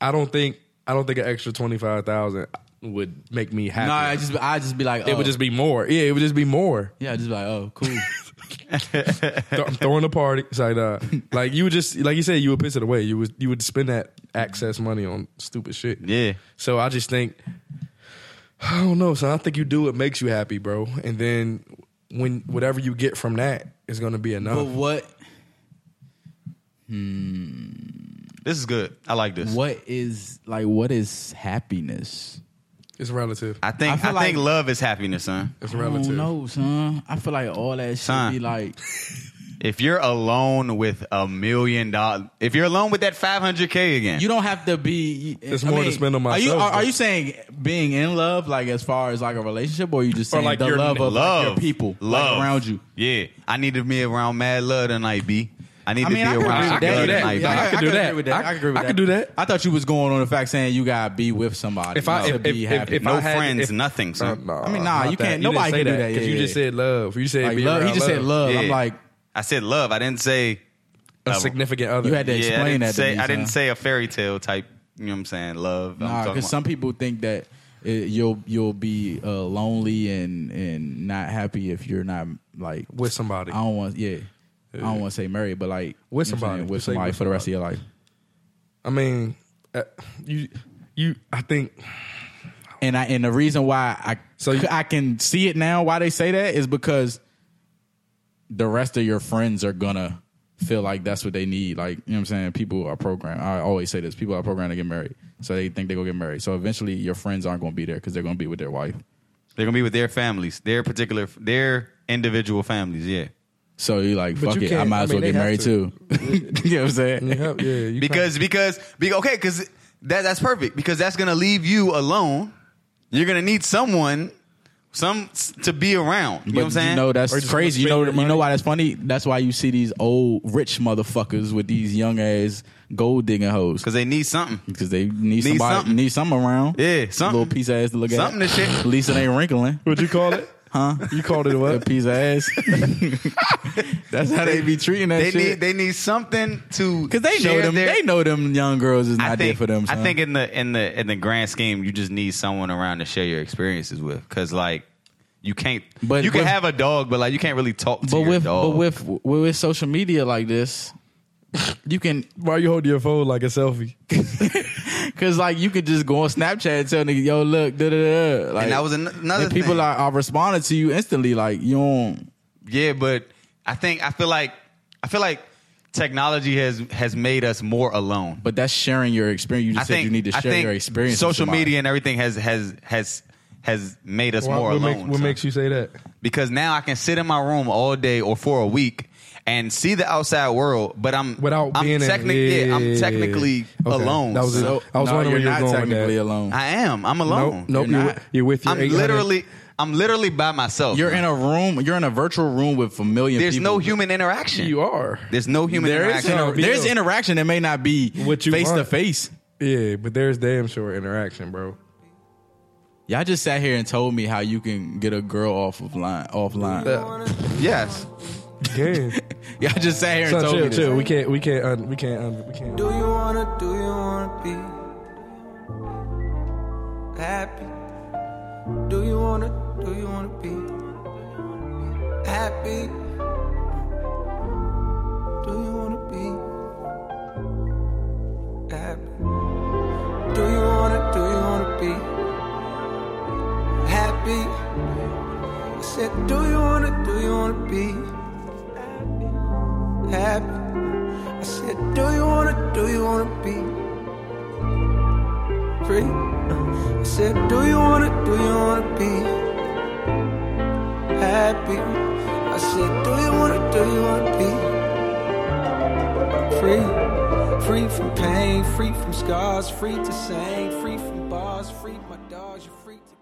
Speaker 4: I don't think I don't think an extra twenty five thousand would make me happy.
Speaker 5: No, I just, I just be like, oh.
Speaker 4: it would just be more. Yeah, it would just be more.
Speaker 5: yeah, I'd just be like, oh, cool.
Speaker 4: Th- I'm throwing a party. It's like, uh, like you would just, like you said, you would piss it away. You would, you would spend that access money on stupid shit.
Speaker 2: Yeah.
Speaker 4: So I just think, I don't know. So I think you do what makes you happy, bro. And then when whatever you get from that is going to be
Speaker 5: but
Speaker 4: enough.
Speaker 5: what,
Speaker 2: This is good. I like this.
Speaker 5: what is, like, what is happiness?
Speaker 4: It's relative.
Speaker 2: I
Speaker 5: I
Speaker 2: think I,
Speaker 5: feel
Speaker 2: think
Speaker 5: like-
Speaker 2: love is happiness, son.
Speaker 4: It's
Speaker 5: I
Speaker 4: relative.
Speaker 5: don't know, son. I feel like all that shit
Speaker 2: Son.
Speaker 5: be like,
Speaker 2: If you're alone with a million dollars, if you're alone with that five hundred k again,
Speaker 5: you don't have to be.
Speaker 4: It's
Speaker 5: I
Speaker 4: more
Speaker 5: mean,
Speaker 4: to spend on
Speaker 5: Are you,
Speaker 4: myself,
Speaker 5: are, are
Speaker 4: though.
Speaker 5: you saying being in love, like as far as like a relationship, or you just
Speaker 4: Or
Speaker 5: saying
Speaker 4: like
Speaker 5: the
Speaker 4: your
Speaker 5: love of
Speaker 2: love
Speaker 5: like, your people,
Speaker 2: love
Speaker 5: like, around you?
Speaker 2: Yeah, I need to be around mad love tonight, B. I need
Speaker 5: I
Speaker 2: to
Speaker 5: mean, I
Speaker 2: be
Speaker 5: could
Speaker 2: around
Speaker 5: agree
Speaker 2: love
Speaker 5: with that.
Speaker 2: tonight.
Speaker 5: Yeah,
Speaker 2: B.
Speaker 4: I could do
Speaker 5: agree
Speaker 4: that.
Speaker 5: with that.
Speaker 4: I-
Speaker 5: I could agree with
Speaker 4: I
Speaker 5: that.
Speaker 4: could do that.
Speaker 5: I thought you was going on the fact saying you gotta be with somebody
Speaker 4: If I,
Speaker 5: to
Speaker 4: if, if,
Speaker 5: be
Speaker 4: if,
Speaker 5: happy.
Speaker 4: if
Speaker 2: No
Speaker 4: I had,
Speaker 2: friends,
Speaker 4: if,
Speaker 2: nothing,
Speaker 4: No,
Speaker 2: son.
Speaker 4: Uh, no,
Speaker 5: I mean, nah,
Speaker 4: not
Speaker 5: you
Speaker 4: that.
Speaker 5: can't- nobody
Speaker 4: didn't say
Speaker 5: can do that. Yeah,
Speaker 4: Because you
Speaker 5: yeah,
Speaker 4: just
Speaker 5: yeah.
Speaker 4: said love. You said
Speaker 5: Like,
Speaker 4: be
Speaker 5: love- he
Speaker 4: around
Speaker 5: just said love. I'm
Speaker 2: Yeah.
Speaker 5: like,
Speaker 2: I said love. I didn't say
Speaker 4: a significant other.
Speaker 5: You had to
Speaker 2: I
Speaker 5: explain
Speaker 2: didn't
Speaker 5: that to
Speaker 2: Say,
Speaker 5: me,
Speaker 2: I didn't
Speaker 5: son.
Speaker 2: say a fairy tale type. You know what I'm saying? Love. I'm
Speaker 5: nah,
Speaker 2: talking
Speaker 5: because
Speaker 2: about-
Speaker 5: some people think that uh you'll you'll be uh, lonely and and not happy if you're not like
Speaker 4: with somebody.
Speaker 5: I don't want, yeah, I don't want to say married, but like
Speaker 4: With
Speaker 5: you know what I'm
Speaker 4: somebody.
Speaker 5: saying,
Speaker 4: Just
Speaker 5: with
Speaker 4: say
Speaker 5: somebody
Speaker 4: with
Speaker 5: for the rest of your life.
Speaker 4: I mean, uh, you, you. I think
Speaker 5: And I and the reason why I
Speaker 4: So you-
Speaker 5: I can see it now why they say that is because the rest of your friends are gonna feel like that's what they need. Like, you know what I'm saying? People are programmed. I always say this. People are programmed to get married. So they think they go get married. So eventually your friends aren't gonna be there because they're gonna be with their wife.
Speaker 2: They're gonna be with their families, their particular, their individual families. Yeah,
Speaker 5: So you're like,
Speaker 4: But
Speaker 5: fuck
Speaker 4: you
Speaker 5: it, I
Speaker 4: can't-
Speaker 5: might
Speaker 4: I
Speaker 5: as
Speaker 4: mean,
Speaker 5: well
Speaker 4: they
Speaker 5: get married
Speaker 4: have
Speaker 5: too. you know what I'm saying?
Speaker 4: yeah, yeah, you
Speaker 2: because because be, okay, because that that's perfect because that's gonna leave you alone. You're gonna need someone, some s- to be around. You know what I'm
Speaker 5: But
Speaker 2: saying?
Speaker 5: You know
Speaker 4: Or
Speaker 5: that's
Speaker 4: just
Speaker 5: crazy. You
Speaker 4: spend
Speaker 5: know
Speaker 4: your
Speaker 5: you
Speaker 4: money.
Speaker 5: know why that's funny? That's why you see these old rich motherfuckers with these young ass gold digging hoes.
Speaker 2: because they need something.
Speaker 5: Because they need somebody,
Speaker 2: something.
Speaker 5: need something around.
Speaker 2: Yeah, something.
Speaker 5: Little piece of ass to look
Speaker 2: Something
Speaker 5: at.
Speaker 2: to shit.
Speaker 5: At least it ain't wrinkling.
Speaker 4: What'd you call it? Huh? You called it
Speaker 5: A
Speaker 4: what?
Speaker 5: piece of ass. That's how they, be treating that
Speaker 2: They need
Speaker 5: shit.
Speaker 2: they need something to
Speaker 5: Because they, know
Speaker 2: share
Speaker 5: them.
Speaker 2: their-
Speaker 5: they know them young girls is
Speaker 2: I
Speaker 5: not there
Speaker 2: think
Speaker 5: for them.
Speaker 2: I
Speaker 5: son.
Speaker 2: think in the in the in the grand scheme, you just need someone around to share your experiences with. Because like you can't,
Speaker 5: But
Speaker 2: but you can
Speaker 5: with-
Speaker 2: have a dog, but like you can't really talk to
Speaker 5: But
Speaker 2: your
Speaker 5: with
Speaker 2: dog.
Speaker 5: but with with social media like this, you can
Speaker 4: Why you holding your phone like a selfie?
Speaker 5: Cause like you could just go on Snapchat and tell nigga, yo, look, da da da. Like,
Speaker 2: And that was an- another
Speaker 5: and people
Speaker 2: thing.
Speaker 5: are, are responding to you instantly. Like you don't.
Speaker 2: Yeah, but I think I feel like I feel like technology has has made us more alone.
Speaker 5: But that's sharing your experience. You
Speaker 2: I
Speaker 5: just said
Speaker 2: think
Speaker 5: you need to
Speaker 2: I
Speaker 5: share
Speaker 2: think
Speaker 5: your experience. with
Speaker 2: Social
Speaker 5: somebody.
Speaker 2: media and everything has has has has made us
Speaker 4: Why-
Speaker 2: more
Speaker 4: what
Speaker 2: alone.
Speaker 4: make- what
Speaker 2: son.
Speaker 4: makes you say that?
Speaker 2: because now I can sit in my room all day or for a week and see the outside world, but I'm
Speaker 4: Without
Speaker 2: I'm
Speaker 4: being in-
Speaker 2: technically yeah, I'm
Speaker 4: yeah.
Speaker 2: technically
Speaker 4: Okay.
Speaker 2: alone.
Speaker 4: That was
Speaker 2: son.
Speaker 4: it. I was
Speaker 5: no,
Speaker 4: wondering
Speaker 5: you're
Speaker 4: where you
Speaker 5: not
Speaker 4: were going with
Speaker 5: technically
Speaker 4: that.
Speaker 5: alone.
Speaker 2: I am. I'm alone.
Speaker 4: Nope,
Speaker 5: You're
Speaker 4: nope.
Speaker 5: not.
Speaker 4: You're, you're with your
Speaker 2: I'm
Speaker 4: 800
Speaker 2: literally I'm literally by myself.
Speaker 5: You're
Speaker 2: man.
Speaker 5: in a room. You're in a virtual room with a million.
Speaker 2: There's
Speaker 5: people.
Speaker 2: no human interaction.
Speaker 4: You are.
Speaker 2: There's no human
Speaker 5: There is
Speaker 2: interaction.
Speaker 4: no-
Speaker 5: inter- there's interaction that may not be
Speaker 4: What you
Speaker 5: face to
Speaker 4: want.
Speaker 5: face.
Speaker 4: Yeah, but there's damn sure interaction, bro.
Speaker 5: Y'all just sat here and told me how you can get a girl off of line offline.
Speaker 2: Yes.
Speaker 4: Yeah.
Speaker 5: Y'all just sat here
Speaker 4: so
Speaker 5: and told me
Speaker 4: chill,
Speaker 5: this.
Speaker 4: chill. We can't, we can't, un, we can't, un, we can't.
Speaker 3: Do you wanna, do you wanna be happy? Do you wanna, do you wanna be happy? Do you wanna be happy? Do you wanna, do you wanna be happy? I said, do you wanna, do you wanna be happy? I said, Do you wanna, do you wanna be free? I said, Do you wanna, do you wanna be happy? I said, Do you wanna, do you wanna be free? Free from pain, free from scars, free to sing, free from bars, free my dogs, you're free to.